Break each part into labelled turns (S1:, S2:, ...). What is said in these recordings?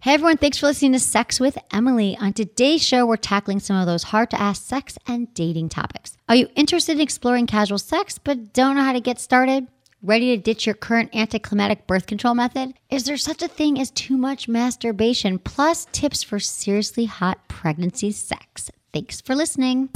S1: Hey everyone, thanks for listening to Sex with Emily. On today's show, we're tackling some of those hard to ask sex and dating topics. Are you interested in exploring casual sex but don't know how to get started? Ready to ditch your current anticlimactic birth control method? Is there such a thing as too much masturbation? Plus, tips for seriously hot pregnancy sex. Thanks for listening.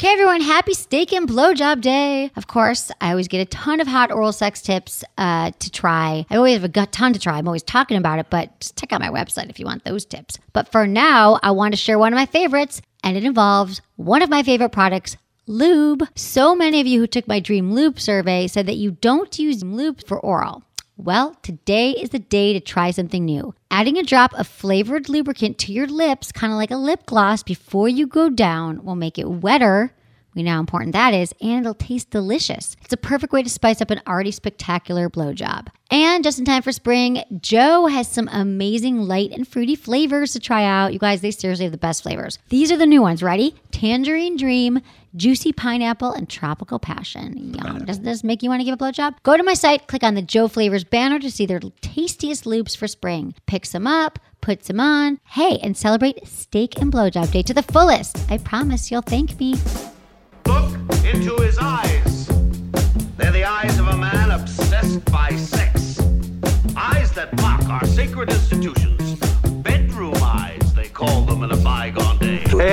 S1: Okay, everyone, happy steak and blowjob day. Of course, I always get a ton of hot oral sex tips uh, to try. I always have a gut ton to try. I'm always talking about it, but just check out my website if you want those tips. But for now, I want to share one of my favorites, and it involves one of my favorite products. Lube. So many of you who took my Dream Lube survey said that you don't use lube for oral. Well, today is the day to try something new. Adding a drop of flavored lubricant to your lips, kind of like a lip gloss, before you go down will make it wetter. We know how important that is, and it'll taste delicious. It's a perfect way to spice up an already spectacular blowjob. And just in time for spring, Joe has some amazing light and fruity flavors to try out. You guys, they seriously have the best flavors. These are the new ones. Ready? Tangerine Dream, Juicy Pineapple, and Tropical Passion. Yum. Doesn't this make you want to give a blowjob? Go to my site, click on the Joe Flavors banner to see their tastiest loops for spring. Pick some up, put some on. Hey, and celebrate Steak and Blowjob Day to the fullest. I promise you'll thank me.
S2: Look into his eyes. They're the eyes of a man obsessed by sex. Eyes that mock our sacred institutions. Bedroom eyes, they call them in a bygone day.
S3: Hey,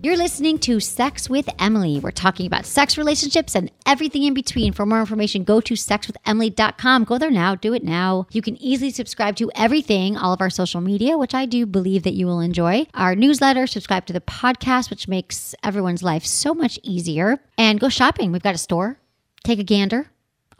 S1: You're listening to Sex with Emily. We're talking about sex relationships and everything in between. For more information, go to sexwithemily.com. Go there now, do it now. You can easily subscribe to everything, all of our social media, which I do believe that you will enjoy. Our newsletter, subscribe to the podcast, which makes everyone's life so much easier. And go shopping. We've got a store. Take a gander.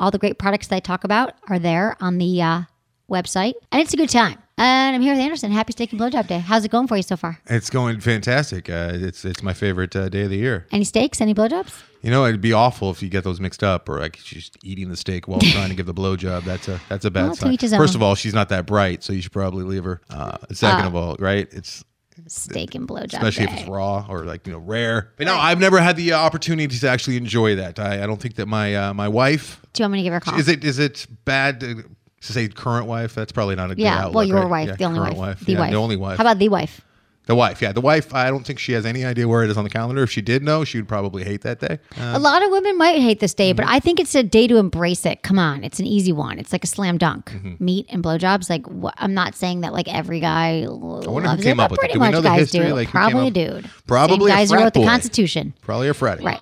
S1: All the great products that I talk about are there on the uh, website. And it's a good time. And I'm here with Anderson. Happy Steak and Blowjob Day. How's it going for you so far?
S4: It's going fantastic. Uh, it's it's my favorite uh, day of the year.
S1: Any steaks? Any blowjobs?
S4: You know, it'd be awful if you get those mixed up, or like she's eating the steak while trying to give the blowjob. That's a that's a bad
S1: Well, to
S4: sign.
S1: each his
S4: First
S1: own.
S4: of all, she's not that bright, so you should probably leave her. Uh, second of all, right? It's
S1: Steak and blowjob.
S4: especially
S1: day.
S4: if it's raw or like you know rare. But no, I've never had the uh, opportunity to actually enjoy that. I, I don't think that my uh, my wife
S1: Do you want me to give her a call?
S4: is it is it bad to, to say current wife? That's probably not a good
S1: yeah.
S4: outlook,
S1: well, your
S4: right?
S1: wife,
S4: Yeah,
S1: the only
S4: current
S1: wife, the
S4: Yeah,
S1: wife,
S4: the only wife.
S1: How about the wife?
S4: The wife, yeah, the wife. I don't think she has any idea where it is on the calendar. If she did know, she would probably hate that day. Uh, mm-hmm.
S1: a lot of women might hate this day, but I think it's a day to embrace it. Come on, it's an easy one. It's like a slam dunk.
S4: Mm-hmm.
S1: Meat and blowjobs. Like wh- I'm not saying that like every guy l-
S4: who
S1: loves
S4: came
S1: it,
S4: up
S1: but
S4: with it.
S1: pretty
S4: Do we
S1: much
S4: know the
S1: guys
S4: history?
S1: do.
S4: Like, who
S1: probably a
S4: came up-
S1: dude.
S4: Probably
S1: Same
S4: a
S1: guys who
S4: frat
S1: wrote the
S4: boy.
S1: Constitution.
S4: probably a Friday.
S1: Right.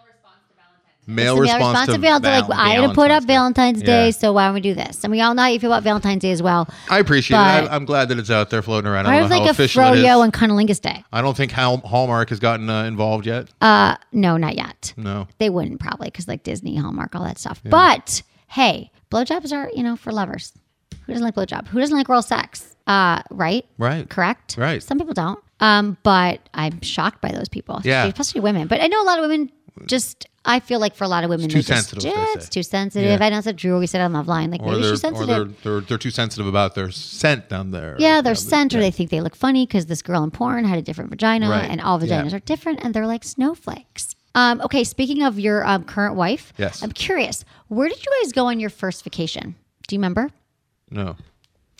S4: Male
S1: It's the
S4: response, to
S1: Valentine's Day. Like, I had to put up Valentine's Day,
S4: Yeah.
S1: so why don't we do this? And we all know how you feel about Valentine's Day as well.
S4: I appreciate
S1: But-
S4: it. I, I'm glad that it's out there floating around. I
S1: I
S4: don't
S1: was
S4: know how
S1: like a
S4: official it is.
S1: froyo and cunnilingus day.
S4: I don't think Hal- Hallmark has gotten uh, involved yet.
S1: Uh, no, not yet.
S4: no.
S1: They wouldn't probably because like Disney, Hallmark, all that stuff. But hey, blowjobs are you know for lovers. Who doesn't like blowjob? Who doesn't like oral sex? Uh, right?
S4: Right.
S1: Correct.
S4: Right.
S1: Some people don't. Um, but I'm shocked by those people.
S4: Yeah.
S1: especially- Especially women. But I know a lot of women just. I feel like for a lot of women,
S4: too
S1: they just-
S4: sensitive,
S1: Yeah,
S4: they
S1: it's
S4: say.
S1: too sensitive.
S4: Yeah.
S1: I know that's what Drew always said on Love Line. Like
S4: Or,
S1: maybe
S4: they're,
S1: she's
S4: or
S1: sensitive.
S4: they're, they're they're too sensitive about their scent down there.
S1: Yeah, they're
S4: they-
S1: sent or they think they look funny because this girl in porn had a different vagina
S4: Right.
S1: and all
S4: Yeah.
S1: vaginas are different and they're like snowflakes. Um, okay, speaking of your um, current wife,
S4: Yes.
S1: I'm curious, where did you guys go on your first vacation? Do you remember?
S4: No.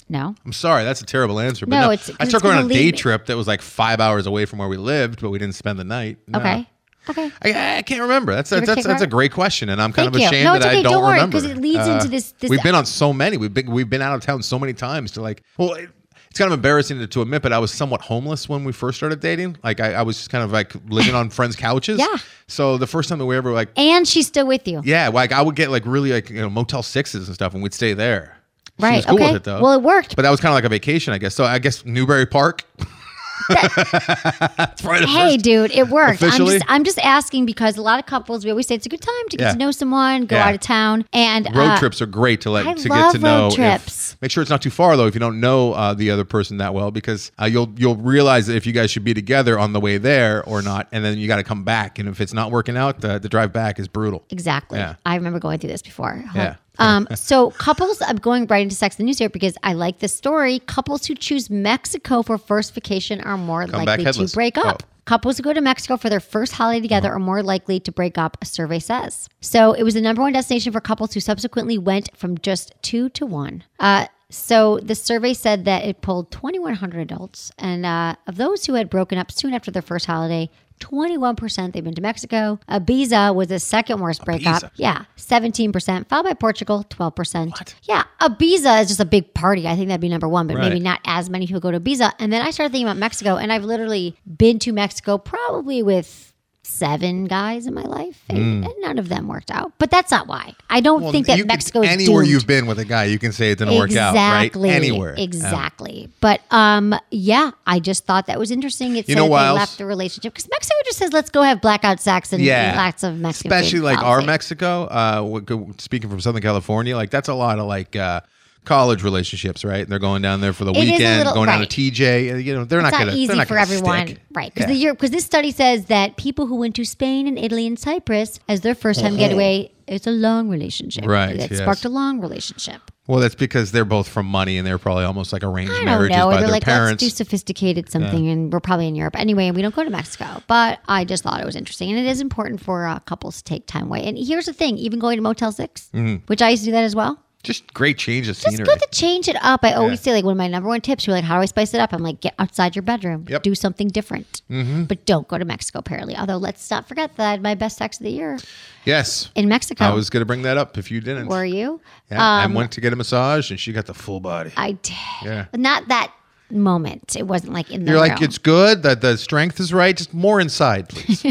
S1: No.
S4: I'm sorry, that's a terrible answer. But
S1: No,
S4: no,
S1: it's- 'cause
S4: I
S1: it's
S4: took her on
S1: gonna
S4: a day
S1: lead me-
S4: trip that was like five hours away from where we lived, but we didn't spend the night. No.
S1: Okay. Okay.
S4: I, I can't remember. That's
S1: ever
S4: that's
S1: take
S4: that's,
S1: her-
S4: a great question, and I'm kind
S1: Thank
S4: of
S1: you.
S4: ashamed
S1: No,
S4: that
S1: it's okay.
S4: I don't,
S1: Don't worry,
S4: remember Uh,
S1: 'cause it leads into this- this-
S4: We've been on so many. We've been we've been out of town so many times to like. Well, it, it's kind of embarrassing to, to admit, but I was somewhat homeless when we first started dating. Like I, I was just kind of like living on friends' couches.
S1: Yeah.
S4: So the first time that we ever like,
S1: And she's still with you.
S4: yeah, like I would get like really like you know Motel Sixes and stuff, and we'd stay there. She
S1: Right.
S4: was cool
S1: okay.
S4: with it though.
S1: Well, it worked.
S4: But that was kind of like a vacation, I guess. So I guess Newberry Park. That's probably the
S1: Hey,
S4: first-
S1: dude, it worked. I'm
S4: Officially?
S1: just, I'm just asking because a lot of couples, we always say it's a good time to get
S4: Yeah.
S1: to know someone, go
S4: Yeah.
S1: out of town, and
S4: Road
S1: uh,
S4: trips are great to let
S1: I
S4: to
S1: love
S4: get to
S1: road
S4: know.
S1: trips.
S4: If, make sure it's not too far though, if you don't know uh, the other person that well, because uh, you'll you'll realize that if you guys should be together on the way there or not, and then you got to come back. And if it's not working out, the, the drive back is brutal.
S1: Exactly.
S4: Yeah.
S1: I remember going through this before. Huh.
S4: Yeah.
S1: Um, so couples, I'm going right into Sex and the News here because I like this story. Couples who choose Mexico for first vacation are more
S4: Come back
S1: likely to
S4: headless.
S1: break up.
S4: Oh.
S1: Couples who go to Mexico for their first holiday together are more likely to break up, a survey says. So it was the number one destination for couples who subsequently went from just two to one. Uh, so the survey said that it polled 2,100 adults, and uh, of those who had broken up soon after their first holiday, 21% they've been to Mexico. Ibiza was the second worst breakup.
S4: Ibiza.
S1: Yeah, 17%, followed by Portugal, 12%. Yeah, Ibiza is just a big party. I think that'd be number one, but maybe
S4: Right.
S1: not not as many people go to Ibiza. And then I started thinking about Mexico, and I've literally been to Mexico probably with seven guys in my life, and, and none of them worked out. But that's not why. I don't
S4: Hmm. Well,
S1: think that
S4: you could-
S1: Mexico is
S4: anywhere
S1: doomed.
S4: you've been with a guy, you can say it didn't work out, right?
S1: exactly
S4: Anywhere, Um,
S1: exactly. but um, yeah, I just thought that was interesting. It
S4: You
S1: said
S4: know
S1: that
S4: what
S1: they
S4: else?
S1: left the relationship because Mexico just says, "Let's go have blackout sex and
S4: yeah,
S1: Mm-hmm. lots of Mexican." food."
S4: especially like our
S1: Lousy.
S4: Mexico. Uh, we go- speaking from Southern California, like that's a lot of like uh, college relationships, right? And they're going down there for the
S1: is a
S4: weekend,
S1: little-
S4: going
S1: right.
S4: down to TJ. uh, You know, they're
S1: it's
S4: not
S1: not,
S4: gonna they're
S1: easy
S4: not
S1: for
S4: gonna
S1: everyone,
S4: stick.
S1: right? Because
S4: Yeah.
S1: the because this study says that people who went to Spain and Italy and Cyprus as their first time getaway, it's a long relationship,
S4: Mm-hmm. Right,
S1: It
S4: yes.
S1: sparked a long relationship.
S4: Well, that's because they're both from money, and they're probably almost like arranged
S1: I don't
S4: marriages
S1: know.
S4: by
S1: They're
S4: their
S1: like,
S4: parents.
S1: let's do sophisticated something, and we're probably in Europe anyway, and we don't go to Mexico. But I just thought it was interesting, and it is important for uh, couples to take time away. And here's the thing: even going to Motel 6
S4: Mm-hmm.
S1: which I used to do that as well.
S4: Just great change of
S1: Just
S4: scenery.
S1: good to change it up. I always say, like, one of my number one tips, you're like, how do I spice it up? I'm like, get outside your bedroom,
S4: Yep. Mm-hmm.
S1: do something different, but don't go to Mexico, apparently. Although, let's not forget that I had my best sex of the year
S4: yes,
S1: in Mexico.
S4: I was going to bring that up if you didn't.
S1: Were you?
S4: Yeah, I went to get a massage, and she got the full body.
S1: Um, I did.
S4: Yeah.
S1: Not that moment. It wasn't like in the
S4: You're like,
S1: room.
S4: it's good that the strength is right. Just more inside, please.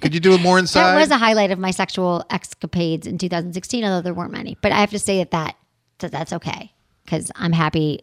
S4: Could you do it more inside?
S1: that was a highlight of my sexual escapades in 2016, although there weren't many. But I have to say that, that, that that's okay because I'm happy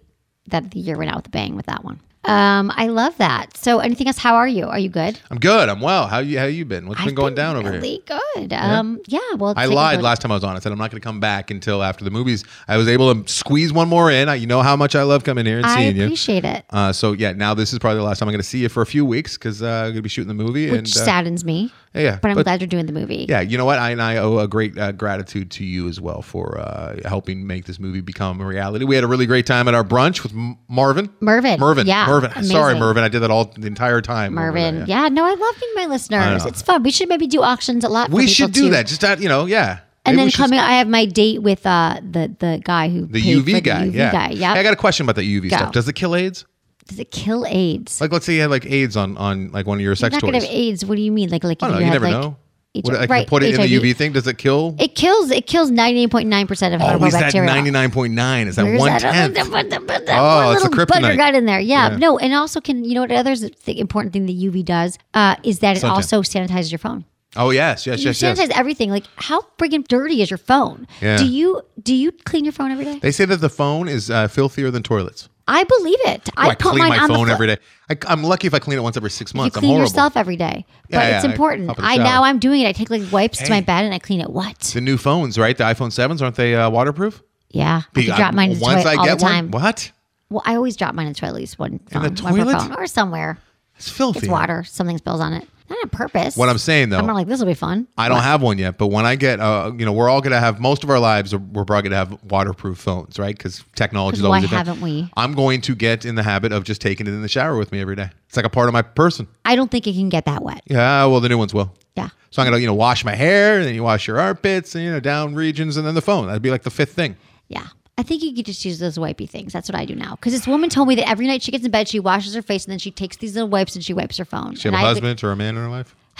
S1: that the year went out with a bang with that one. Um, I love that. So, anything else? How are you? Are you good?
S4: I'm good. I'm well. How you? How you been? What's been
S1: I've
S4: going down over here?
S1: really Good. Um, yeah. Well,
S4: I
S1: take a
S4: lied
S1: look.
S4: last time I was on. I said I'm not going to come back until after the movies. I was able to squeeze one more in. I, you know how much I love coming here and
S1: I
S4: seeing you.
S1: appreciate it,
S4: Uh, so yeah, now this is probably the last time I'm going to see you for a few weeks because uh, I'm going to be shooting the movie.
S1: which
S4: and, uh,
S1: saddens me.
S4: yeah,
S1: but I'm
S4: but-
S1: glad you're doing the movie.
S4: Yeah, you know what? I and I owe a great uh, gratitude to you as well for uh, helping make this movie become a reality. We had a really great time at our brunch with M- Marvin.
S1: Mervin,
S4: Mervin.
S1: yeah,
S4: Mervin.
S1: amazing.
S4: Sorry, Mervin. I did that all the entire time. over
S1: Mervin.
S4: there,
S1: yeah. no, I love being my listeners.
S4: know.
S1: It's fun. We should maybe do auctions a lot. for
S4: We
S1: people,
S4: should do
S1: too.
S4: that. Just that, you know, yeah.
S1: And
S4: Maybe we
S1: then
S4: should-
S1: coming, I have my date with uh, the the guy who
S4: The
S1: paid for
S4: UV guy.
S1: The UV
S4: yeah.
S1: guy. Yep.
S4: Hey, I got a question about that UV
S1: Go.
S4: stuff. Does it kill AIDS?
S1: Does it kill AIDS?
S4: Like, let's say you had like AIDS on on like one of your
S1: you're
S4: sex
S1: not
S4: toys.
S1: gonna have AIDS. What do you mean? Like like
S4: I
S1: if
S4: don't know.
S1: you
S4: You
S1: have
S4: never
S1: like
S4: know.
S1: H-
S4: What, I
S1: right,
S4: can put it in
S1: HIV.
S4: the UV thing. Does it kill?
S1: It kills. It kills ninety eight point nine percent of
S4: Always
S1: harmful
S4: that
S1: bacteria.
S4: 99.9 is that
S1: Where's
S4: one
S1: that-
S4: tenth.
S1: that
S4: Oh,
S1: one
S4: it's
S1: little
S4: a
S1: bugger
S4: kryptonite.
S1: got in there. Yeah.
S4: Yeah.
S1: No, and also can you know what other th- important thing the UV does uh, is that it
S4: Suntan.
S1: also sanitizes your phone.
S4: Oh yes, yes,
S1: You
S4: yes,
S1: sanitize
S4: yes.
S1: everything. Like how friggin' dirty is your phone?
S4: Yeah.
S1: Do you do you clean your phone every day?
S4: They say that the phone is uh, filthier than toilets.
S1: I believe it.
S4: Oh, I,
S1: I put
S4: clean
S1: mine
S4: my
S1: on the
S4: phone
S1: fo-
S4: every day. I, I'm lucky if I clean it once every six
S1: You
S4: months. I'm
S1: clean
S4: horrible.
S1: yourself every day, but
S4: Yeah,
S1: it's
S4: yeah, I
S1: important.
S4: hop in the
S1: I now
S4: shower.
S1: I'm doing it. I take like wipes to
S4: Hey.
S1: my bed and I clean it. What?
S4: the new phones, right? The iPhone sevens aren't they uh, waterproof?
S1: Yeah, I
S4: Be-
S1: could drop
S4: I-
S1: mine in the
S4: once
S1: toilet
S4: I
S1: all
S4: get
S1: the time.
S4: one, what?
S1: Well, I always drop mine in the toilet at least one
S4: In the
S1: phone, one per
S4: toilet?
S1: phone or somewhere.
S4: It's filthy.
S1: It's water. Something spills on it. Not on purpose.
S4: What I'm saying though,
S1: I'm not like this will be fun.
S4: I don't have one yet, but when I get, uh, you know, we're all going to have most of our lives, are, we're probably going to have waterproof phones, right? Because technology
S1: 'Cause
S4: is always.
S1: why
S4: a thing.
S1: haven't we?
S4: I'm going to get in the habit of just taking it in the shower with me every day. It's like a part of my person.
S1: I don't think it can get that wet.
S4: Yeah, well, the new ones will.
S1: Yeah.
S4: So I'm going to, you know, wash my hair, and then you wash your armpits, and you know, down regions, and then the phone. That'd be like the fifth thing.
S1: Yeah. I think you could just use those wipey things. That's what I do now. Because this woman told me that every night she gets in bed, she washes her face and then she takes these little wipes and she wipes her phone.
S4: She
S1: and
S4: have a
S1: I was like,
S4: husband or a man in her life.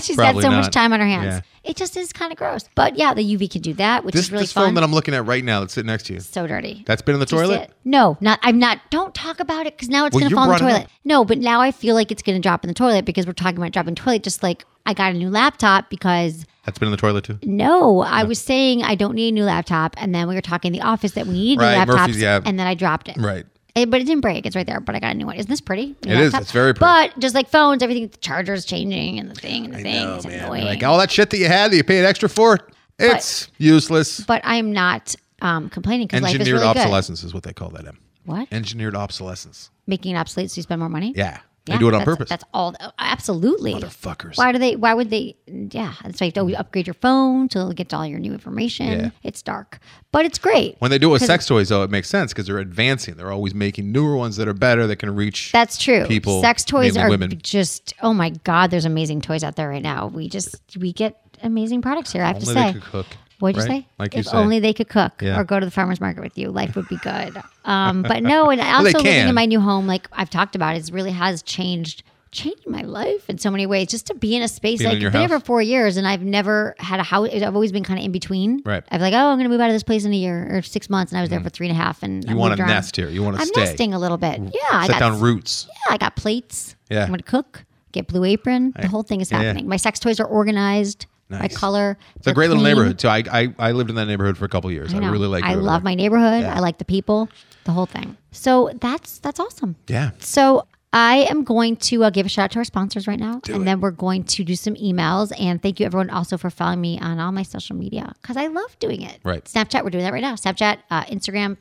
S1: She's got
S4: Probably
S1: so much
S4: not.
S1: time on her hands.
S4: Yeah.
S1: It just is kind of gross. But yeah, the UV can do that, which
S4: This,
S1: is really
S4: this
S1: fun.
S4: phone that I'm looking at right now that's sitting next to you.
S1: so dirty.
S4: That's been in the
S1: Do you see
S4: toilet?
S1: it? No, not. I'm not. Don't talk about it because now it's
S4: Well,
S1: going to
S4: you
S1: fall in the
S4: brought it
S1: toilet.
S4: up.
S1: No, but now I feel like it's going to drop in the toilet because we're talking about dropping toilet. Just like I got a new laptop because
S4: That's been in the toilet too.
S1: no, I was saying I don't need a new laptop, and then we were talking in the office that we need
S4: Right,
S1: new laptops,
S4: Murphy's, yeah.
S1: and then I dropped it.
S4: Right.
S1: It- but it didn't break. It's right there. But I got a new one. Isn't this pretty? New
S4: It is.
S1: laptop?
S4: It's very pretty.
S1: But just like phones, everything, the charger's changing and the thing and the
S4: I
S1: thing.
S4: know,
S1: it's
S4: Oh, man.
S1: annoying.
S4: Like all that shit that you had that you paid extra for, it's useless.
S1: but I'm not um, complaining because life is
S4: Engineered
S1: really good.
S4: obsolescence is what they call that. M.
S1: What?
S4: Engineered obsolescence.
S1: Making it obsolete so you spend more money?
S4: Yeah,
S1: Yeah,
S4: they do it on
S1: that's-
S4: purpose.
S1: That's all. Absolutely.
S4: Motherfuckers.
S1: Why do they? Why would they? Yeah, that's why you have to upgrade your phone to get all your new information.
S4: Yeah.
S1: It's dark, but it's great.
S4: When they do it with sex toys, though, it makes sense because they're advancing. They're always making newer ones that are better that can reach.
S1: That's true.
S4: People,
S1: sex toys
S4: mainly
S1: are
S4: women.
S1: just oh my god. There's amazing toys out there right now. We just we get amazing products here. I have
S4: Only
S1: to
S4: they
S1: say.
S4: could cook,
S1: What'd you
S4: right?
S1: say?
S4: Like you
S1: if
S4: say.
S1: only they could cook
S4: Yeah.
S1: or go to the farmers market with you, life would be good. Um, but no, and also
S4: they
S1: living in
S4: can.
S1: my new home, like I've talked about, it really has changed changed my life in so many ways. Just to be in a space,
S4: Being
S1: like
S4: in your
S1: I've been here
S4: house?
S1: for four years, and I've never had a house. I've always been kind of in between.
S4: Right. Mm.
S1: I've like, oh, I'm going to move out of this place in a year or six months, and I was there for three and a half. And
S4: You want to nest here. You want to
S1: I'm
S4: stay.
S1: nesting a little bit. Yeah, I
S4: Set
S1: got
S4: down roots.
S1: yeah, I got plates.
S4: Yeah.
S1: I'm gonna cook, get blue apron. The whole thing is
S4: yeah.
S1: happening. My sex toys are organized by
S4: Nice.
S1: color.
S4: It's a great little neighborhood too. I, I I lived in that neighborhood for a couple years. I,
S1: know.
S4: really like.
S1: I
S4: it over
S1: love
S4: there.
S1: my neighborhood.
S4: Yeah.
S1: I like the people. The whole thing. So that's that's awesome.
S4: Yeah.
S1: So I am going to uh, give a shout out to our sponsors right now, and then we're going to do some emails. And thank you everyone also for following me on all my social media because I love doing it.
S4: Right.
S1: Snapchat, we're doing that right now. Snapchat, uh, Instagram.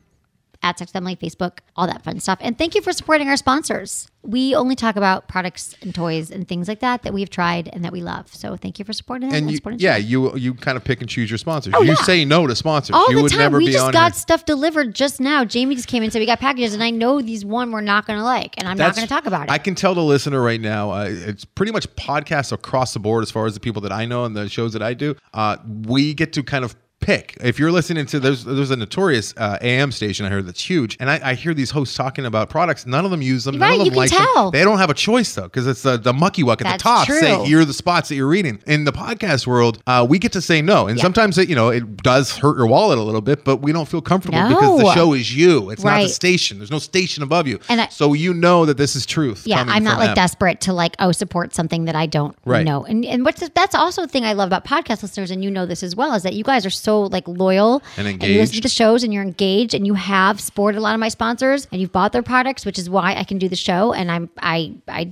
S1: At Sex with Emily, Facebook, all that fun stuff. And thank you for supporting our sponsors. We only talk about products and toys and things like that that we've tried and that we love. So thank you for supporting us
S4: And you,
S1: supporting
S4: yeah,
S1: us.
S4: you you kind of pick and choose your sponsors. you say no to sponsors.
S1: Oh, all
S4: you
S1: the
S4: would
S1: time.
S4: never
S1: we
S4: be
S1: just
S4: on
S1: got
S4: here.
S1: stuff delivered just now. Jamie just came in and said we got packages, and I know these one we're not going to like, and I'm not going to talk about it.
S4: I can tell the listener right now, uh, it's pretty much podcasts across the board as far as the people that I know and the shows that I do. Uh, we get to kind of pick. If you're listening to there's there's a notorious uh, AM station I heard that's huge, and I, I hear these hosts talking about products. None of them use them.
S1: Right,
S4: none of them
S1: you can
S4: like
S1: tell.
S4: them. They don't have a choice though, because it's the the mucky wuck at
S1: That's
S4: the top.
S1: true.
S4: Say you're the spots that you're reading. In the podcast world, uh, we get to say no, and sometimes it, you know it does hurt your wallet a little bit, but we don't feel comfortable because
S1: No.
S4: the show is you. It's not
S1: Right.
S4: the station. There's no station above you,
S1: And I-
S4: so you know that this is truth.
S1: yeah,
S4: coming
S1: I'm not
S4: from
S1: like
S4: them.
S1: desperate to like oh support something that I don't
S4: Right.
S1: know. And and what's that's also a thing I love about podcast listeners, and you know this as well, is that you guys are so like loyal
S4: And
S1: you listen to
S4: engaged.
S1: the shows, and you're engaged, and you have supported a lot of my sponsors, and you've bought their products, which is why I can do the show. And I'm I I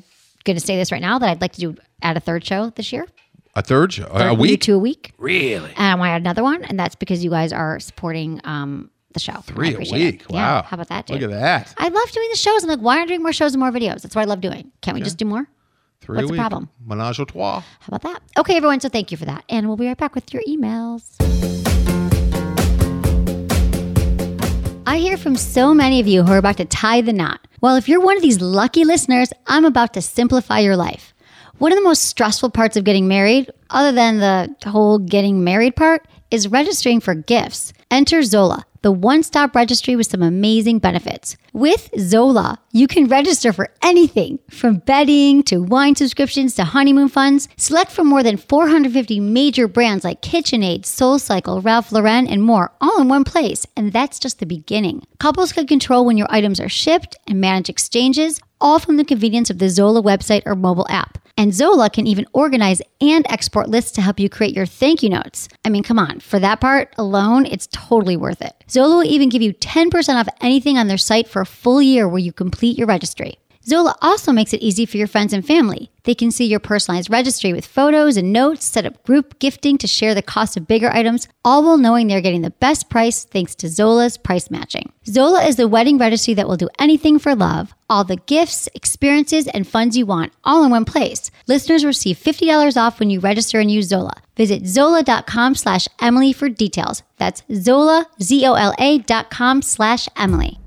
S1: going to say this right now that I'd like to do add a third show this year.
S4: A third show, a
S1: Third, we do
S4: week.
S1: two a week.
S4: Really?
S1: And I want to add another one, and that's because you guys are supporting um, the show. And I
S4: Three a
S1: appreciate it.
S4: week.
S1: Yeah.
S4: Wow.
S1: How about that, dude?
S4: Look at that.
S1: I love doing the shows. I'm like, why aren't we doing more shows and more videos? That's what I love doing. Can't we just do more?
S4: Three
S1: What's
S4: a
S1: the
S4: week.
S1: problem?
S4: Menage a trois.
S1: How about that? Okay, everyone. So thank you for that. And we'll be right back with your emails. I hear from so many of you who are about to tie the knot. Well, if you're one of these lucky listeners, I'm about to simplify your life. One of the most stressful parts of getting married, other than the whole getting married part, is registering for gifts. Enter Zola, the one stop registry with some amazing benefits. With Zola, you can register for anything from bedding to wine subscriptions to honeymoon funds. Select from more than 450 major brands like KitchenAid, SoulCycle, Ralph Lauren, and more all in one place. And that's just the beginning. Couples can control when your items are shipped and manage exchanges, all from the convenience of the Zola website or mobile app. And Zola can even organize and export lists to help you create your thank you notes. I mean, come on, for that part alone, it's totally worth it. Zola will even give you 10% off anything on their site for a full year where you complete your registry. Zola also makes it easy for your friends and family. They can see your personalized registry with photos and notes, set up group gifting to share the cost of bigger items, all while knowing they're getting the best price thanks to Zola's price matching. Zola is the wedding registry that will do anything for love. All the gifts, experiences, and funds you want, all in one place. Listeners receive $50 off when you register and use Zola. Visit zola.com slash Emily for details. That's Zola, Z-O-L-A dot com slash Emily.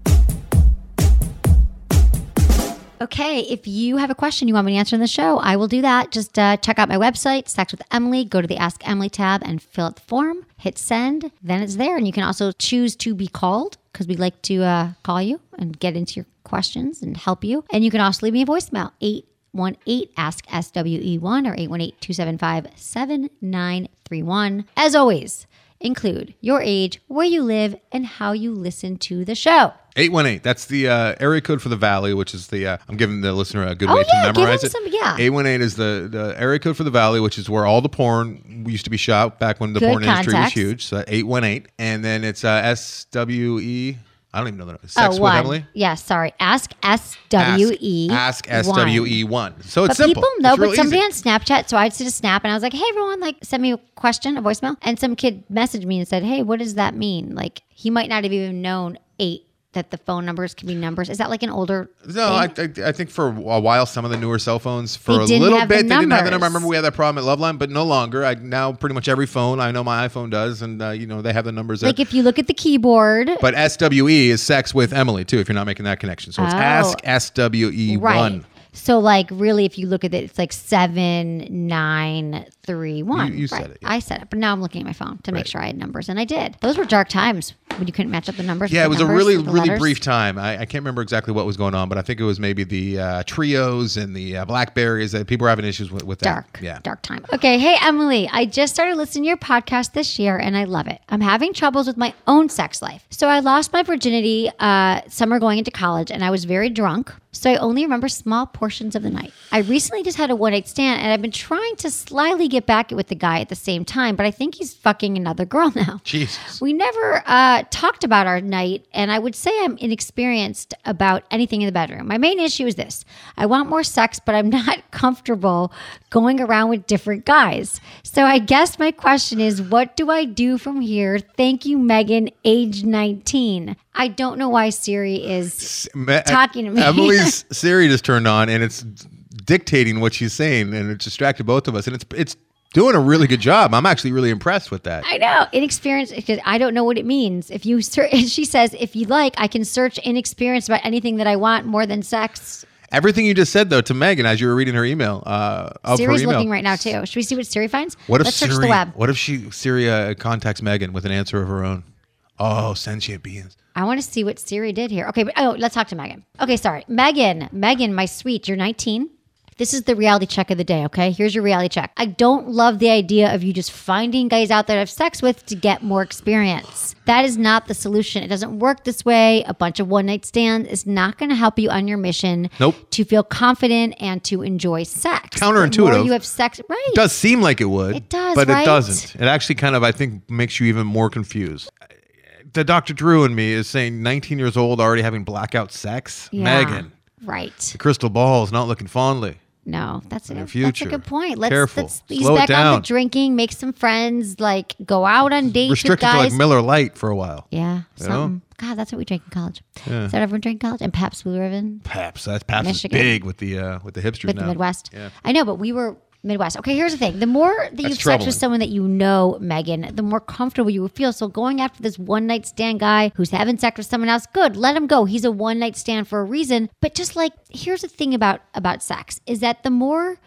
S1: Okay, if you have a question you want me to answer in the show, I will do that. Just uh, check out my website, Sex with Emily. Go to the Ask Emily tab and fill out the form. Hit send, then it's there. And you can also choose to be called because we like to uh, call you and get into your questions and help you. And you can also leave me a voicemail, 818 Ask SWE1 E or 818 275 7931. As always, include your age, where you live, and how you listen to the show.
S4: 818. That's the uh, area code for the valley, which is the. Uh, I'm giving the listener a good
S1: Oh,
S4: way
S1: yeah,
S4: to
S1: give
S4: memorize
S1: them
S4: it.
S1: some- yeah.
S4: 818 is the, the area code for the valley, which is where all the porn used to be shot back when the
S1: Good
S4: porn industry was
S1: contacts.
S4: huge. So 818. And then it's uh, SWE. I don't even know the Sex with
S1: Oh, one.
S4: Emily.
S1: Yeah, sorry. Ask SWE.
S4: Ask ask
S1: one.
S4: SWE one. So it's
S1: But
S4: simple.
S1: people know,
S4: It's real
S1: but somebody
S4: easy.
S1: on Snapchat, so I'd just snap and I was like, hey, everyone, like, send me a question, a voicemail. And some kid messaged me and said, hey, what does that mean? Like, he might not have even known eight that the phone numbers can be numbers. Is that like an older.
S4: No, I,
S1: thing?
S4: I, I think for a while some of the newer cell phones for
S1: They
S4: a
S1: didn't
S4: little
S1: have
S4: bit
S1: the
S4: they didn't have the number. I
S1: numbers.
S4: remember we had that problem at Loveline, but no longer. I now pretty much every phone I know my iPhone does, and uh, you know they have the numbers. there.
S1: Like, if you look at the keyboard,
S4: but SWE is sex with Emily too. If you're not making that connection, so it's
S1: Oh.
S4: ask SWE
S1: right.
S4: one.
S1: So, like, really, if you look at it, it's like seven, nine, three, one.
S4: You- you said
S1: Right.
S4: it, yeah.
S1: I said it, but now I'm looking at my phone to make sure I had numbers, and I did. Those were dark times when you couldn't match up the numbers.
S4: Yeah, it
S1: with
S4: was
S1: the
S4: a
S1: numbers,
S4: really
S1: with the
S4: really
S1: letters.
S4: brief time. I, I can't remember exactly what was going on, but I think it was maybe the uh, trios and the uh, blackberries that people were having issues with. With that.
S1: dark,
S4: yeah,
S1: dark time. Okay, hey Emily, I just started listening to your podcast this year and I love it. I'm having troubles with my own sex life, so I lost my virginity uh, summer going into college, and I was very drunk, so I only remember small portions of the night. I recently just had a one night stand, and I've been trying to slyly get back with the guy at the same time, but I think he's fucking another girl now.
S4: Jesus.
S1: We never uh, talked about our night, and I would say I'm inexperienced about anything in the bedroom. My main issue is this I want more sex, but I'm not comfortable going around with different guys. So I guess my question is what do I do from here? Thank you, Megan, age 19. I don't know why Siri is.
S4: Me-
S1: Talking to me.
S4: e, Emily's Siri just turned on and it's dictating what she's saying and it distracted both of us and it's it's doing a really good job. I'm actually really impressed with that.
S1: I know inexperienced because I don't know what it means. If you search, she says, if you like, I can search inexperienced about anything that I want more than sex.
S4: Everything you just said though to Megan as you were reading her email, uh, of her
S1: Siri's
S4: email.
S1: looking right now too. Should we see what Siri finds?
S4: What if
S1: Let's
S4: Siri?
S1: search the web.
S4: What if she Siri uh, contacts Megan with an answer of her own? Oh, sentient beings.
S1: I want to see what Siri did here. Okay, but oh, let's talk to Megan. Okay, sorry. Megan, Megan, my sweet, you're 19. This is the reality check of the day, okay? Here's your reality check. I don't love the idea of you just finding guys out there to have sex with to get more experience. That is not the solution. It doesn't work this way. A bunch of one night stands is not going to help you on your mission
S4: Nope.
S1: to feel confident and to enjoy sex. The more
S4: Counterintuitive.
S1: you have sex, right?
S4: Does seem like it would.
S1: It does,
S4: but it
S1: right?
S4: doesn't. It actually kind of I think makes you even more confused. The Dr. Drew and me is saying 19 years old already having blackout sex.
S1: Yeah.
S4: Megan,
S1: Right.
S4: the crystal ball is not looking fondly.
S1: No, that's a,
S4: the
S1: that's a
S4: future.
S1: good point. Let's,
S4: Careful.
S1: let's ease
S4: Slow it
S1: back on
S4: down.
S1: the drinking, make some friends, like go out on dates with
S4: Restricted to
S1: guys.
S4: like Miller Light for a while.
S1: yeah, something. God, that's what we drank in college. Is that everyone drank in college? And Pabst Blue Ribbon
S4: Paps, that's Paps
S1: Michigan.
S4: is big with the uh, with the hipsters
S1: with
S4: now.
S1: the Midwest.
S4: Yeah.
S1: I know, but we were Midwest. Okay, here's the thing: the more that you have sex
S4: troubling.
S1: with someone that you know, Megan, the more comfortable you will feel. So going after this one night stand guy who's having sex with someone else, good, let him go. He's a one night stand for a reason. But just like here's the thing about about sex is that the more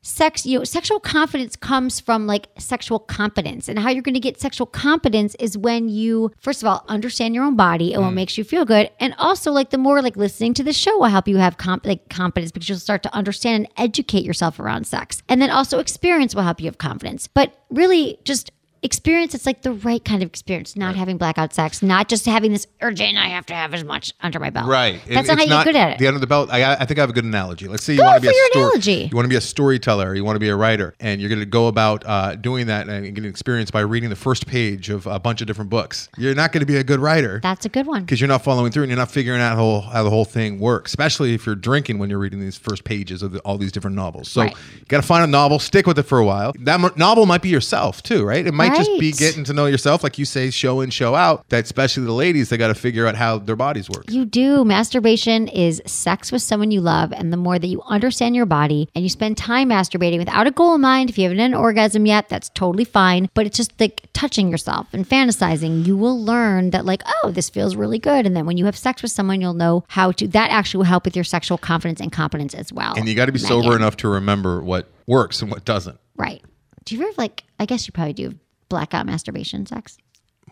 S1: sex you know sexual confidence comes from like sexual competence and how you're going to get sexual competence is when you first of all understand your own body and what
S4: Mm.
S1: makes you feel good and also like the more like listening to the show will help you have comp- like competence because you'll start to understand and educate yourself around sex and then also experience will help you have confidence but really just experience it's like the right kind of experience not having blackout sex not just having this urgent i have to have as much under my belt
S4: Right. It-
S1: that's not how
S4: it's
S1: you're good at it
S4: The under the belt. I, I think I have a good analogy. Let's say you
S1: Go
S4: want to be
S1: for
S4: a
S1: your
S4: story-
S1: analogy.
S4: You want to be a storyteller. You want to be a writer, and you're going to go about uh, doing that and getting experience by reading the first page of a bunch of different books. You're not going to be a good writer
S1: that's a good one
S4: because you're not following through and you're not figuring out how, how the whole thing works. Especially if you're drinking when you're reading these first pages of the, all these different novels. So
S1: Right.
S4: you got to find a novel, stick with it for a while. That mo- novel might be yourself too, right? It might just be
S1: Right.
S4: getting to know yourself, like you say, show in, show out. That especially the ladies, they got to figure out how their bodies work.
S1: You do. Masturbation is sex with someone you love. And the more that you understand your body and you spend time masturbating without a goal in mind, if you haven't had an orgasm yet, that's totally fine. But it's just like touching yourself and fantasizing. You will learn that, like, oh, this feels really good. And then when you have sex with someone, you'll know how to. That actually will help with your sexual confidence and competence as well.
S4: And you got to be sober enough to remember what works and what doesn't.
S1: Right. Do you ever, like, I guess you probably do blackout masturbation sex?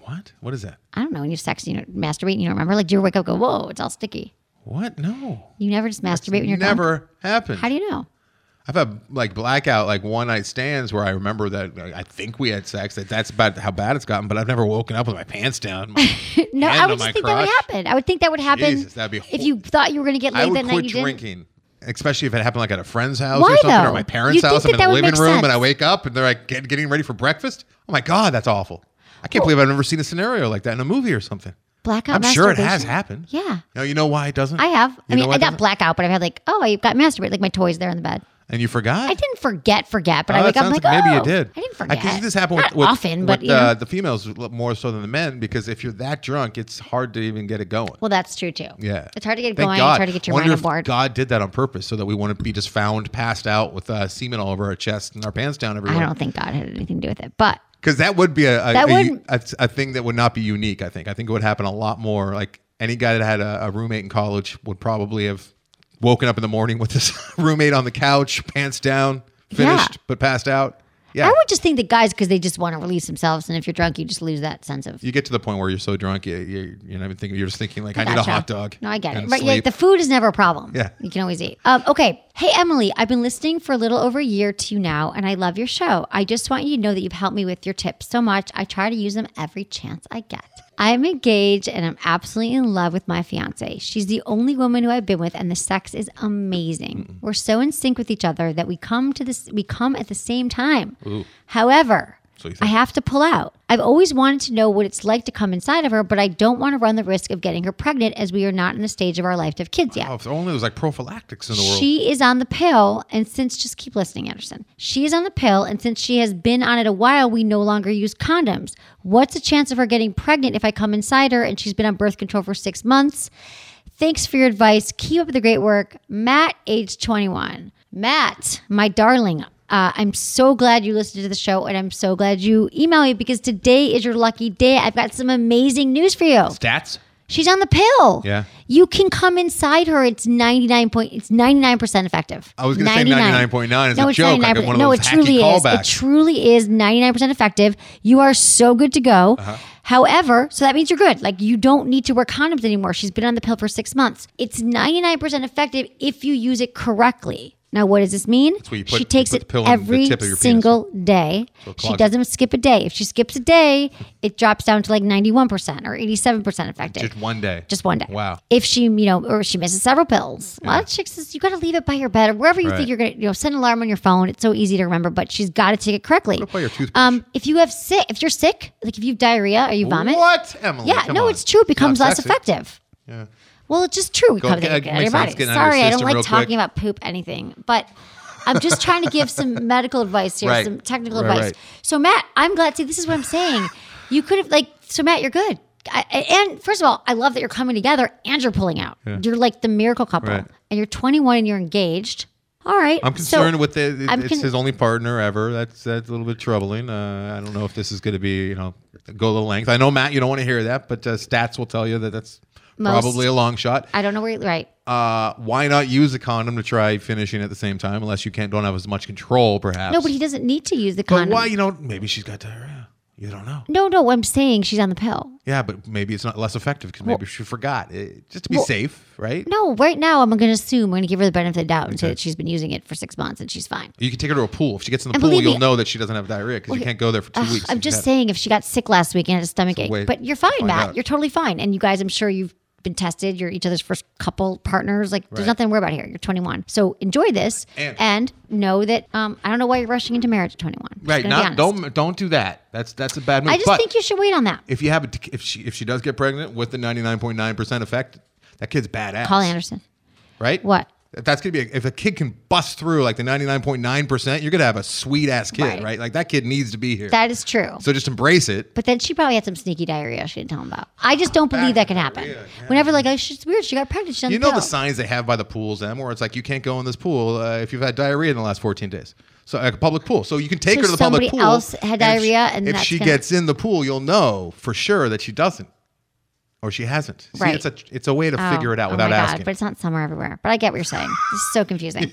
S4: What? What is that?
S1: I don't know. When you have sex, and you don't masturbate and you don't remember. Like, do you wake up and go, whoa, it's all sticky?
S4: What? No.
S1: You never just masturbate when you're drunk?
S4: Never happened.
S1: How do you know?
S4: I've had like blackout, like one night stands where I remember that like, I think we had sex. That that's about how bad it's gotten. But I've never woken up with my pants down. My-
S1: No,
S4: hand
S1: I
S4: on
S1: would
S4: my
S1: just think that would
S4: crotch.
S1: happen. I would think that would happen
S4: Jesus, that'd be
S1: if you thought you were going to get
S4: I
S1: laid
S4: would
S1: that night.
S4: quit
S1: You didn't.
S4: drinking, especially if it happened like at a friend's house
S1: Why,
S4: or something, or
S1: though?
S4: my parents'
S1: You'd think
S4: house. I'm
S1: that
S4: in
S1: that
S4: the
S1: would
S4: living
S1: make
S4: room and I
S1: sense.
S4: wake up and they're like get, getting ready for breakfast. Oh my god, that's awful. I can't believe I've never seen a scenario like that in a movie or something.
S1: Blackout
S4: I'm sure it
S1: masturbation?
S4: has happened.
S1: Yeah.
S4: No, you know why it doesn't?
S1: I have. I
S4: You know
S1: mean,
S4: why
S1: I
S4: it
S1: got
S4: doesn't?
S1: blackout, but I've had like, oh, I got masturbated. Like my toys there in the bed.
S4: And you forgot?
S1: I didn't forget, forget, but
S4: Oh,
S1: I
S4: that
S1: wake up I'm
S4: sounds
S1: like,
S4: maybe
S1: oh,
S4: you did.
S1: I didn't
S4: I
S1: forget.
S4: can see this happen with,
S1: Not
S4: with-
S1: often,
S4: with,
S1: but you
S4: uh,
S1: know.
S4: the females more so than the men because if you're that drunk, it's hard to even get it going.
S1: well, that's true too.
S4: yeah,
S1: it's hard to get
S4: Thank
S1: going.
S4: God.
S1: It's hard to get your
S4: Wonder
S1: mind on
S4: if
S1: board.
S4: God did that on purpose so that we wouldn't be just found passed out with uh, semen all over our chest and our pants down
S1: I
S4: everywhere.
S1: don't think God had anything to do with it, but
S4: Because that would be a a,
S1: That
S4: a-
S1: wouldn't-
S4: a- a thing that would not be unique. I think. I think it would happen a lot more. Like any guy that had a, a roommate in college would probably have woken up in the morning with his roommate on the couch, pants down, finished but passed out. Yeah,
S1: I would just think that guys, because they just want to release themselves, and if you're drunk, you just lose that sense of.
S4: you get to the point where you're so drunk, you, you, you're not even thinking. You're just thinking like, I, need a
S1: Gotcha.
S4: hot dog.
S1: No, I get it.
S4: and
S1: Right, yeah,
S4: sleep.
S1: the food is never a problem.
S4: Yeah.
S1: you can always eat. Um, okay, hey Emily, I've been listening for a little over a year to you now, and I love your show. I just want you to know that you've helped me with your tips so much. I try to use them every chance I get. I'm engaged and I'm absolutely in love with my fiance. She's the only woman who I've been with, and the sex is amazing. We're so in sync with each other that we come to this. We come at the same time. However.
S4: So you
S1: I
S4: think-
S1: have to pull out. I've always wanted to know what it's like to come inside of her, but I don't want to run the risk of getting her pregnant as we are not in the stage of our life to have kids yet.
S4: Oh, if only there was like prophylactics in the world.
S1: She is on the pill, and since just keep listening, Anderson. She is on the pill, and since she has been on it a while, we no longer use condoms. What's the chance of her getting pregnant if I come inside her and she's been on birth control for six months? Thanks for your advice. Keep up the great work, Matt, age 21. Matt, my darling. Uh, I'm so glad you listened to the show, and I'm so glad you emailed me because today is your lucky day. I've got some amazing news for you.
S4: Stats.
S1: She's on the pill.
S4: Yeah.
S1: You can come inside her. It's 99 point it's 99% effective.
S4: I was gonna say 99.9 is a
S1: it's
S4: joke. I got
S1: 99%.
S4: one of
S1: no,
S4: those
S1: it
S4: hacky
S1: truly is. It
S4: callbacks.
S1: truly is 99% effective. You are so good to go.
S4: Uh-huh.
S1: However, so that means you're good. Like you don't need to wear condoms anymore. She's been on the pill for 6 months. It's 99% effective if you use it correctly. Now, what does this mean?
S4: where you put-
S1: she
S4: you
S1: takes
S4: put the
S1: it
S4: pill in the
S1: every
S4: tip of your penis.
S1: single day.
S4: it
S1: she
S4: clogs
S1: doesn't skip a day. If she skips a day, it drops down to like 91% or 87% effective
S4: Just one day.
S1: just one day.
S4: Wow.
S1: If she, you know, or she misses several pills. A lot of chicks, is, you got to leave it by your bed or wherever you
S4: Right.
S1: think you're going to, you know, set an alarm on your phone. It's so easy to remember, but she's got to take it correctly.
S4: Put it by your toothbrush.
S1: Um, if you have sick, if you're sick, like if you have diarrhea or you vomit.
S4: What, Emily?
S1: Yeah,
S4: Oh, Come
S1: no,
S4: on.
S1: it's true. It
S4: It's
S1: becomes
S4: not
S1: less
S4: sexy.
S1: effective.
S4: Yeah.
S1: Well, it's just true. It
S4: Go-
S1: becomes
S4: it
S1: out of your
S4: makes
S1: body.
S4: sense. Get it out of your
S1: Sorry, I don't
S4: system
S1: like
S4: real
S1: talking
S4: quick.
S1: about poop anything, but I'm just trying to give some medical advice here,
S4: Right.
S1: some technical
S4: Right,
S1: advice.
S4: right.
S1: So, Matt, I'm glad. See, this is what I'm saying. You could have like, so Matt, you're good. I, and first of all, I love that you're coming together and you're pulling out. You're like the miracle couple,
S4: Right.
S1: and you're 21 and you're engaged. All right.
S4: I'm
S1: So-
S4: concerned with it. It-
S1: I'm
S4: it's
S1: con-
S4: his only partner ever. That's that's a little bit troubling. Uh, I don't know if this is going to be you know go the length. I know Matt, you don't want to hear that, but uh, stats will tell you that that's
S1: Most-
S4: probably a long shot.
S1: I don't know where. you Right.
S4: Uh, why not use a condom to try finishing at the same time? Unless you can't don't have as much control, perhaps.
S1: No, but he doesn't need to use the
S4: But
S1: condom.
S4: why you know maybe she's got diarrhea. You don't know.
S1: No, no. I'm saying she's on the pill.
S4: Yeah, but maybe it's not less effective because maybe she forgot. It, just to be safe, right?
S1: No, right now I'm going to assume we're going to give her the benefit of the doubt and say that she's been using it for six months and she's fine.
S4: You can take her to a pool. If she gets in the
S1: And
S4: pool,
S1: believe
S4: you'll
S1: me-
S4: know that she doesn't have diarrhea because you can't go there for two
S1: Ugh,
S4: weeks.
S1: I'm
S4: if you
S1: just
S4: had-
S1: saying, if she got sick last week and had a stomach
S4: So
S1: ache,
S4: wait
S1: but you're fine,
S4: find
S1: Matt.
S4: out.
S1: You're totally fine, and you guys, I'm sure you've been tested. You're each other's first couple partners. Like, there's
S4: Right.
S1: nothing to worry about here. You're 21, so enjoy this and,
S4: And-
S1: know that um, I don't know why you're rushing into marriage at 21. Just
S4: right?
S1: gonna be
S4: Not
S1: honest.
S4: don't don't do that. That's that's a bad move.
S1: I just
S4: but
S1: think you should wait on that.
S4: if you have a, if she if she does get pregnant with the 99.9 percent effect, that kid's badass.
S1: Paul Anderson.
S4: right?
S1: What?
S4: That's gonna be a, if a kid can bust through like the 99.9 percent, you're gonna have a sweet ass kid,
S1: Right.
S4: right. Like that kid needs to be here.
S1: That is true.
S4: so just embrace it.
S1: But then she probably had some sneaky diarrhea she didn't tell him about. I just don't believe that could happen. Whenever like, oh, she's weird. She got pregnant. She's on
S4: You know
S1: pill.
S4: the signs they have by the pools, Em, where it's like you can't go in this pool uh, if you've had diarrhea in the last 14 days. So like a public pool, so you can take
S1: So
S4: her to the public
S1: somebody
S4: pool.
S1: else had
S4: and if
S1: diarrhea
S4: she-
S1: and
S4: if
S1: that's
S4: she
S1: gonna-
S4: gets in the pool, you'll know for sure that she doesn't, or she hasn't. See,
S1: Right.
S4: it's a it's a way to
S1: Oh,
S4: figure it out
S1: oh
S4: without
S1: my God,
S4: asking.
S1: But it's not summer everywhere. But I get what you're saying. this is so confusing.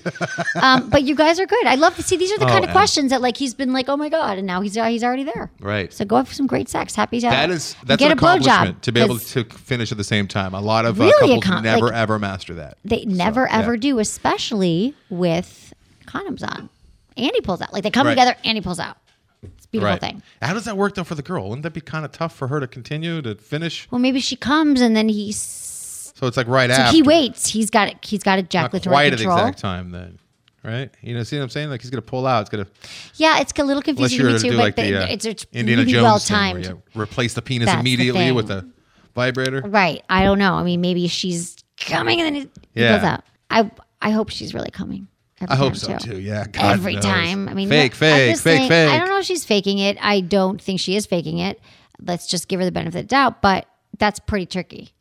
S1: um, but you guys are good. I love to see these are the
S4: Oh,
S1: kind of
S4: Em.
S1: questions that like he's been like, oh my god, and now he's he's already there.
S4: Right.
S1: So go have some great sex. Happy to
S4: that is that's
S1: get
S4: an
S1: a blowjob
S4: accomplishment to be able
S1: 'cause
S4: to finish at the same time. A lot of uh,
S1: Really
S4: couples
S1: accom-
S4: never
S1: like-
S4: ever master that.
S1: They never
S4: yeah.
S1: ever do, especially with condoms on. And he pulls out. Like they come
S4: Right.
S1: together and he pulls out. It's a beautiful
S4: right.
S1: thing.
S4: How does that work though for the girl? Wouldn't that be kind of tough for her to continue to finish?
S1: Well, maybe she comes and then he's
S4: So it's like right
S1: so
S4: after.
S1: he waits. He's got it. He's got
S4: Not
S1: ejaculatory
S4: quite at the
S1: control.
S4: exact time then. Right? You know, see what I'm saying? Like he's gonna pull out. It's gonna
S1: Yeah, it's a little
S4: unless
S1: confusing
S4: you're
S1: to me
S4: gonna
S1: too.
S4: do
S1: but
S4: like
S1: the-
S4: the uh,
S1: it's, it's
S4: Indiana
S1: really
S4: Jones
S1: well
S4: thing where
S1: timed.
S4: you replace the penis
S1: That's the
S4: immediately
S1: thing.
S4: with a vibrator.
S1: Right. I don't know. I mean, maybe she's coming and then it
S4: Yeah.
S1: goes out. I I hope she's really coming. every
S4: I hope
S1: time,
S4: so too. Yeah, God
S1: every
S4: knows.
S1: time. I mean,
S4: fake,
S1: no, I'm
S4: fake, fake,
S1: just saying,
S4: fake.
S1: I don't know if she's faking it. I don't think she is faking it. Let's just give her the benefit of the doubt. But that's pretty tricky.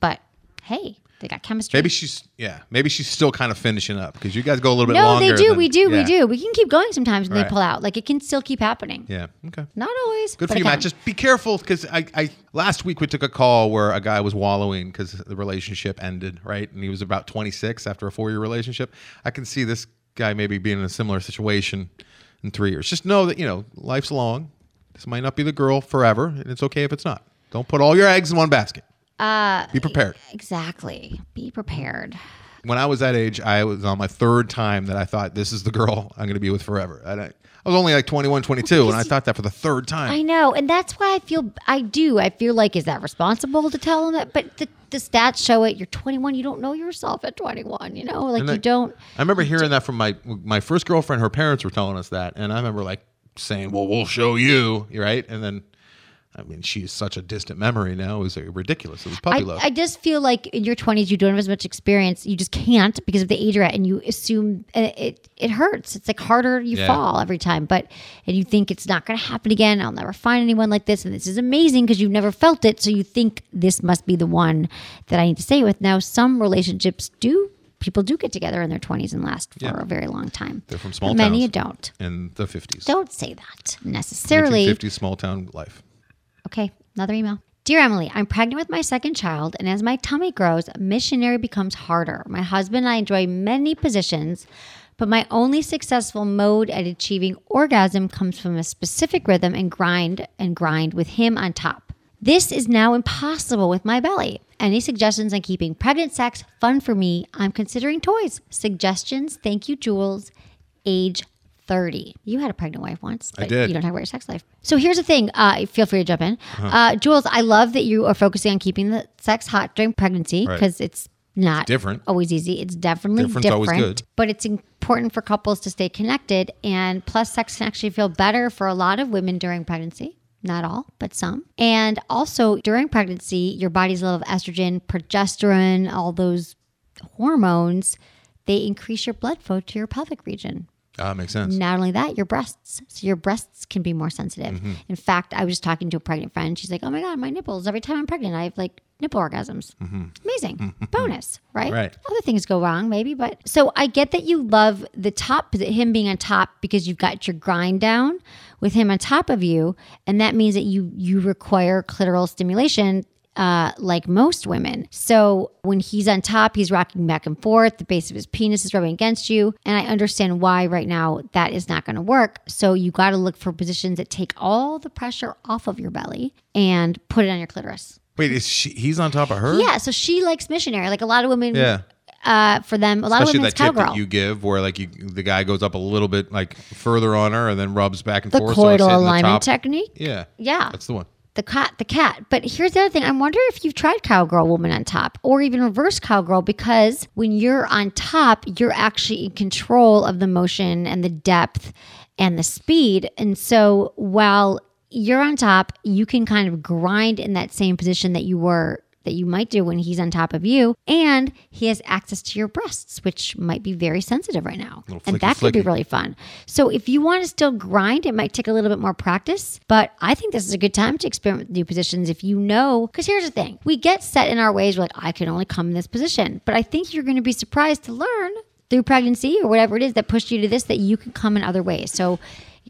S1: But hey, they got chemistry.
S4: Mm-hmm. Maybe she's yeah. Maybe she's still kind of finishing up because you guys go a little bit
S1: no,
S4: longer.
S1: they do.
S4: than-
S1: we do.
S4: yeah.
S1: We do. We can keep going sometimes when
S4: Right.
S1: they pull out. Like it can still keep happening.
S4: Yeah. Okay.
S1: Not always.
S4: Good
S1: but
S4: for you,
S1: it can.
S4: Matt. Just be careful because I, I last week we took a call where a guy was wallowing because the relationship ended, right? And he was about 26 after a four year relationship. I can see this guy maybe being in a similar situation in three years. Just know that, you know, life's long. This might not be the girl forever, and it's okay if it's not. Don't put all your eggs in one basket. Uh, be prepared.
S1: Exactly. Be prepared.
S4: When I was that age, I was on my third time that I thought, this is the girl I'm going to be with forever. And I, I was only like 21, 22, and I thought that for the third time.
S1: I know, and that's why I feel I do. I feel like is that responsible to tell them that? But the, the stats show it. You're 21. You don't know yourself at 21. You know, like
S4: And
S1: you
S4: that-
S1: don't.
S4: I remember hearing that from my my first girlfriend. Her parents were telling us that, and I remember like saying, "Well, we'll show you," right? And then, I mean, she is such a distant memory now. It was uh, ridiculous. It was puppy
S1: I,
S4: love.
S1: I just feel like in your 20s you don't have as much experience. You just can't because of the age you're at, and you assume and it it hurts. It's like harder. You
S4: Yeah.
S1: fall every time, but and you think it's not going to happen again. I'll never find anyone like this, and this is amazing because you've never felt it. So you think this must be the one that I need to stay with. Now, some relationships do. People do get together in their 20s and last for
S4: Yeah.
S1: a very long time.
S4: They're from small
S1: But Many
S4: towns.
S1: don't.
S4: in the fifties,
S1: Don't say that necessarily.
S4: 1950s small town life.
S1: Okay, another email. Dear Emily, I'm pregnant with my second child, and as my tummy grows, missionary becomes harder. My husband and I enjoy many positions, but my only successful mode at achieving orgasm comes from a specific rhythm and grind and grind with him on top. This is now impossible with my belly. Any suggestions on keeping pregnant sex fun for me? I'm considering toys. Suggestions? Thank you, Jules. Age 30. You had a pregnant wife once.
S4: I
S1: but
S4: did.
S1: You don't talk about your sex life. So here's the thing. Uh, feel free to jump in.
S4: Uh-huh.
S1: Uh, Jules, I love that you are focusing on keeping the sex hot during pregnancy
S4: Right.
S1: because it's not
S4: different.
S1: always easy. It's definitely
S4: Different's
S1: different.
S4: always good.
S1: But it's important for couples to stay connected. And plus, sex can actually feel better for a lot of women during pregnancy. Not all, but some. And also during pregnancy, your body's level of estrogen, progesterone, all those hormones, they increase your blood flow to your pelvic region.
S4: Ah, makes sense.
S1: Not only that, your breasts. So your breasts can be more sensitive. In fact, I was just talking to a pregnant friend. She's like, "Oh my god, my nipples! Every time I'm pregnant, I have like nipple orgasms. Amazing, bonus, right?
S4: Right.
S1: Other things go wrong, maybe, but so I get that you love the top, him being on top because you've got your grind down with him on top of you, and that means that you you require clitoral stimulation. Uh, like most women. So when he's on top, he's rocking back and forth. The base of his penis is rubbing against you. And I understand why right now that is not going to work. So you got to look for positions that take all the pressure off of your belly and put it on your clitoris.
S4: Wait, is she? He's on top of her?
S1: Yeah, so she likes missionary. Like a lot of women,
S4: Yeah.
S1: uh, for them, a lot
S4: Especially
S1: of women's
S4: that tip
S1: cowgirl.
S4: that you give, where like you, the guy goes up a little bit, like further on her, and then rubs back and
S1: the
S4: forth.
S1: coital
S4: it's hitting the
S1: alignment
S4: top.
S1: technique.
S4: Yeah,
S1: Yeah.
S4: that's the one.
S1: The cat, the cat. But here's the other thing. I wonder if you've tried cowgirl woman on top or even reverse cowgirl because when you're on top, you're actually in control of the motion and the depth and the speed. And so while you're on top, you can kind of grind in that same position that you were that you might do when he's on top of you and he has access to your breasts which might be very sensitive right now
S4: Little
S1: and
S4: flicky,
S1: that could be
S4: flicky.
S1: really fun so if you want to still grind it might take a little bit more practice but i think this is a good time to experiment with new positions if you know because here's the thing we get set in our ways we're like i can only come in this position but i think you're going to be surprised to learn through pregnancy or whatever it is that pushed you to this that you can come in other ways so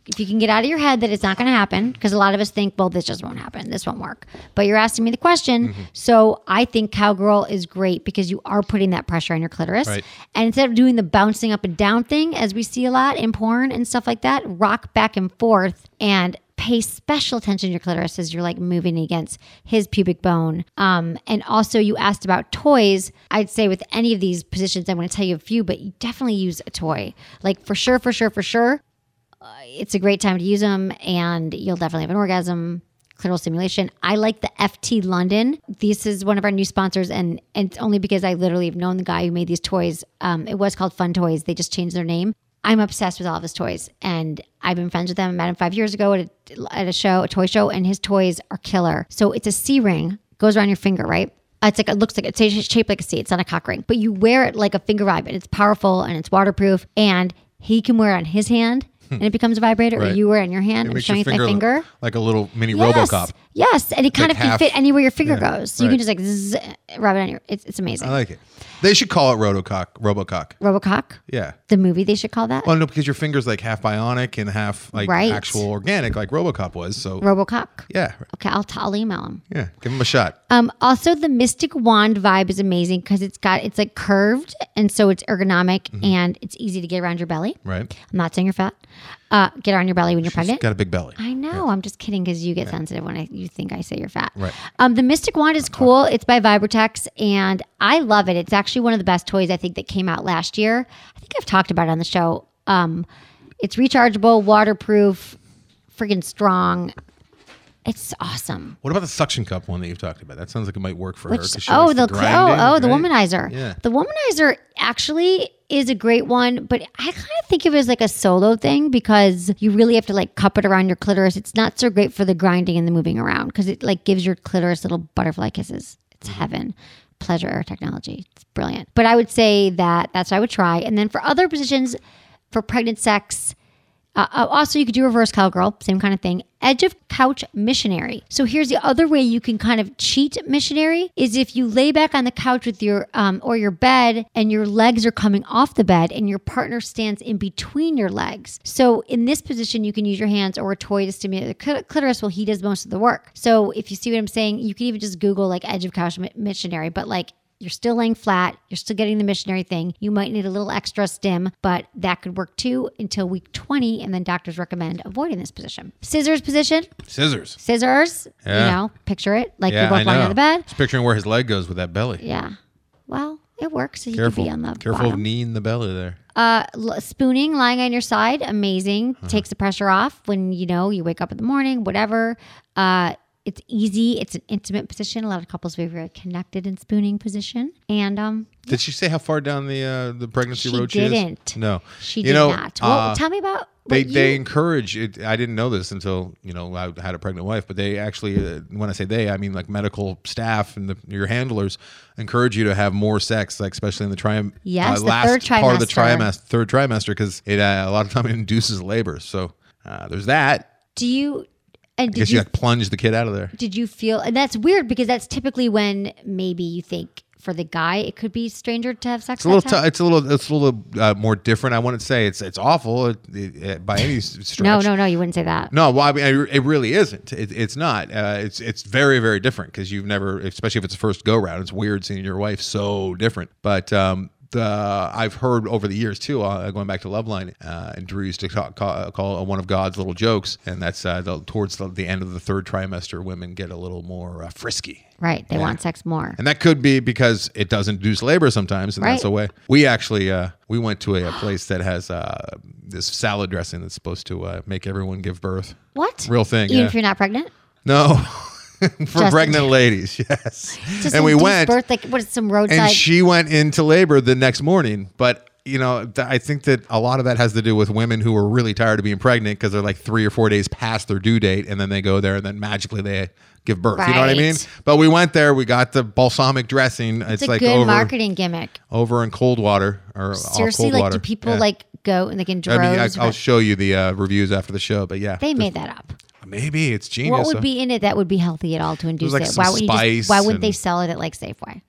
S1: if you can get out of your head that it's not going to happen, because a lot of us think, well, this just won't happen, this won't work. But you're asking me the question. So I think Cowgirl is great because you are putting that pressure on your clitoris.
S4: Right.
S1: And instead of doing the bouncing up and down thing, as we see a lot in porn and stuff like that, rock back and forth and pay special attention to your clitoris as you're like moving against his pubic bone. Um, and also, you asked about toys. I'd say with any of these positions, I'm going to tell you a few, but you definitely use a toy. Like for sure, for sure, for sure, it's a great time to use them and you'll definitely have an orgasm clitoral stimulation i like the ft london this is one of our new sponsors and, and it's only because i literally have known the guy who made these toys um, it was called fun toys they just changed their name i'm obsessed with all of his toys and i've been friends with him i met him five years ago at a, at a show a toy show and his toys are killer so it's a c-ring goes around your finger, right? It's like it looks like it's shaped like a C. It's not a cock ring, but you wear it like a finger vibe, and it's powerful and it's waterproof. And he can wear it on his hand, and it becomes a vibrator. Or
S4: Right.
S1: you wear it on your hand.
S4: It
S1: I'm
S4: makes
S1: showing
S4: your
S1: you with my
S4: finger,
S1: finger.
S4: like a little mini
S1: Yes.
S4: RoboCop.
S1: Yes, and it kind
S4: like
S1: of can
S4: half-
S1: fit anywhere your finger
S4: yeah,
S1: goes. So you can
S4: right.
S1: just like zzz, rub it on your. It's, it's amazing.
S4: I like it. They should call it Rotocock. Robocock.
S1: Robocock,
S4: Yeah.
S1: the movie they should call that.
S4: Well, no, because your finger's like half bionic and half like
S1: Right.
S4: actual organic, like Robocop was. So
S1: Robocock.
S4: yeah,
S1: Okay, I'll, t- I'll email him.
S4: yeah, give him a shot.
S1: Um, also, the Mystic Wand vibe is amazing because it's got it's like curved and so it's ergonomic
S4: Mm-hmm.
S1: and it's easy to get around your belly.
S4: Right.
S1: I'm not saying you're fat. Uh, get around your belly when you're pregnant.
S4: Got a big belly.
S1: I know. I'm just kidding because you get sensitive when I, you think I say you're fat.
S4: Right.
S1: Um, the Mystic Wand is cool. It's by Vibrotex, and I love it. It's actually one of the best toys I think that came out last year. I think I've talked about it on the show. Um, it's rechargeable, waterproof, freaking strong. It's awesome.
S4: What about the suction cup one that you've talked about? That sounds like it might work for her.
S1: Which
S4: 'cause she
S1: oh
S4: likes
S1: the, cl- oh
S4: grinding,
S1: oh the
S4: right?
S1: womanizer.
S4: Yeah.
S1: The womanizer actually is a great one, but I kind of think of it as like a solo thing because you really have to like cup it around your clitoris. It's not so great for the grinding and the moving around because it like gives your clitoris little butterfly kisses. It's
S4: Mm-hmm.
S1: heaven. Pleasure air technology. It's brilliant. But I would say that that's what I would try. And then for other positions, for pregnant sex, uh, uh, also, you could do reverse cowgirl, same kind of thing. Edge of couch missionary. So here's the other way you can kind of cheat missionary is if you lay back on the couch with your um, or your bed and your legs are coming off the bed and your partner stands in between your legs. So in this position, you can use your hands or a toy to stimulate the cl- clitoris while he does most of the work. So if you see what I'm saying, you can even just Google like edge of couch mi- missionary, but like you're still laying flat. You're still getting the missionary thing. You might need a little extra stim, but that could work too until week 20. And then doctors recommend avoiding this position. Scissors position,
S4: Scissors.
S1: scissors,
S4: Yeah.
S1: you know, picture it like
S4: Yeah,
S1: you're
S4: I
S1: both lying
S4: know.
S1: on the bed.
S4: Just picturing where his leg goes with that belly.
S1: Yeah. Well, it works. So you
S4: Careful.
S1: could be on the
S4: Careful of
S1: bottom.
S4: kneeing the belly there.
S1: Uh, l- spooning, lying on your side, amazing.
S4: Uh-huh.
S1: Takes the pressure off when you know you wake up in the morning, whatever. Uh, it's easy. It's an intimate position. A lot of couples are very connected in spooning position, and um,
S4: Did she say how far down the uh, the pregnancy
S1: She
S4: road
S1: didn't.
S4: she is? No,
S1: she
S4: You
S1: did
S4: know,
S1: not. Well,
S4: uh,
S1: tell me about what
S4: they
S1: you-
S4: they encourage it. I didn't know this until you know I had a pregnant wife, but they actually, uh, when I say they, I mean like medical staff and the, your handlers encourage you to have more sex, like especially in the trium.
S1: Yes, the
S4: last
S1: third
S4: part of the
S1: trimester.
S4: trimester, third trimester, because it uh, a lot of time it induces labor. So uh, there's that.
S1: do you and
S4: I guess
S1: did
S4: you,
S1: you
S4: like plunge the kid out of there.
S1: did you feel and that's weird because that's typically when maybe you think for the guy it could be stranger to have sex.
S4: It's a little. T- it's a little. It's a little uh, more different. I wouldn't say it's it's awful uh, uh, by any s- stretch.
S1: no, no, no. You wouldn't say that.
S4: No, well, I mean, I- it really isn't. It, it's not. Uh, it's it's very very different because you've never, especially if it's a first go round. It's weird seeing your wife so different. But um, the I've heard over the years too, uh, going back to Loveline, uh, and Drew used to talk, call, call it one of God's little jokes, and that's uh, the, towards the, the end of the third trimester, women get a little more uh, frisky.
S1: Right? They want sex more.
S4: And that could be because it does induce labor sometimes, and that's
S1: Right.
S4: a way. We actually uh, we went to a, a place that has uh, this salad dressing that's supposed to uh, make everyone give birth.
S1: What?
S4: Real thing,
S1: Even
S4: yeah.
S1: if you're not pregnant.
S4: No, for
S1: Just-
S4: pregnant ladies, yes.
S1: Just
S4: and we
S1: induced
S4: went,
S1: birth like what is some roadside?
S4: and she went into labor the next morning. But you know, th- I think that a lot of that has to do with women who are really tired of being pregnant because they're like three or four days past their due date, and then they go there, and then magically they give birth. You know what I
S1: Right.
S4: mean? But we went there, we got the balsamic dressing. It's,
S1: it's a
S4: like
S1: good
S4: over
S1: marketing gimmick.
S4: over in cold water or all
S1: Seriously,
S4: cold
S1: like
S4: water.
S1: do people
S4: Yeah.
S1: like go and like in
S4: I
S1: droves?
S4: mean, I, I'll
S1: but
S4: show you the uh, reviews after the show, but yeah,
S1: they made that up.
S4: maybe it's genius.
S1: What would
S4: huh?
S1: be in it that would be healthy at all to induce
S4: like
S1: it?
S4: some
S1: Why would you
S4: spice
S1: just, Why wouldn't they
S4: and-
S1: sell it at like Safeway?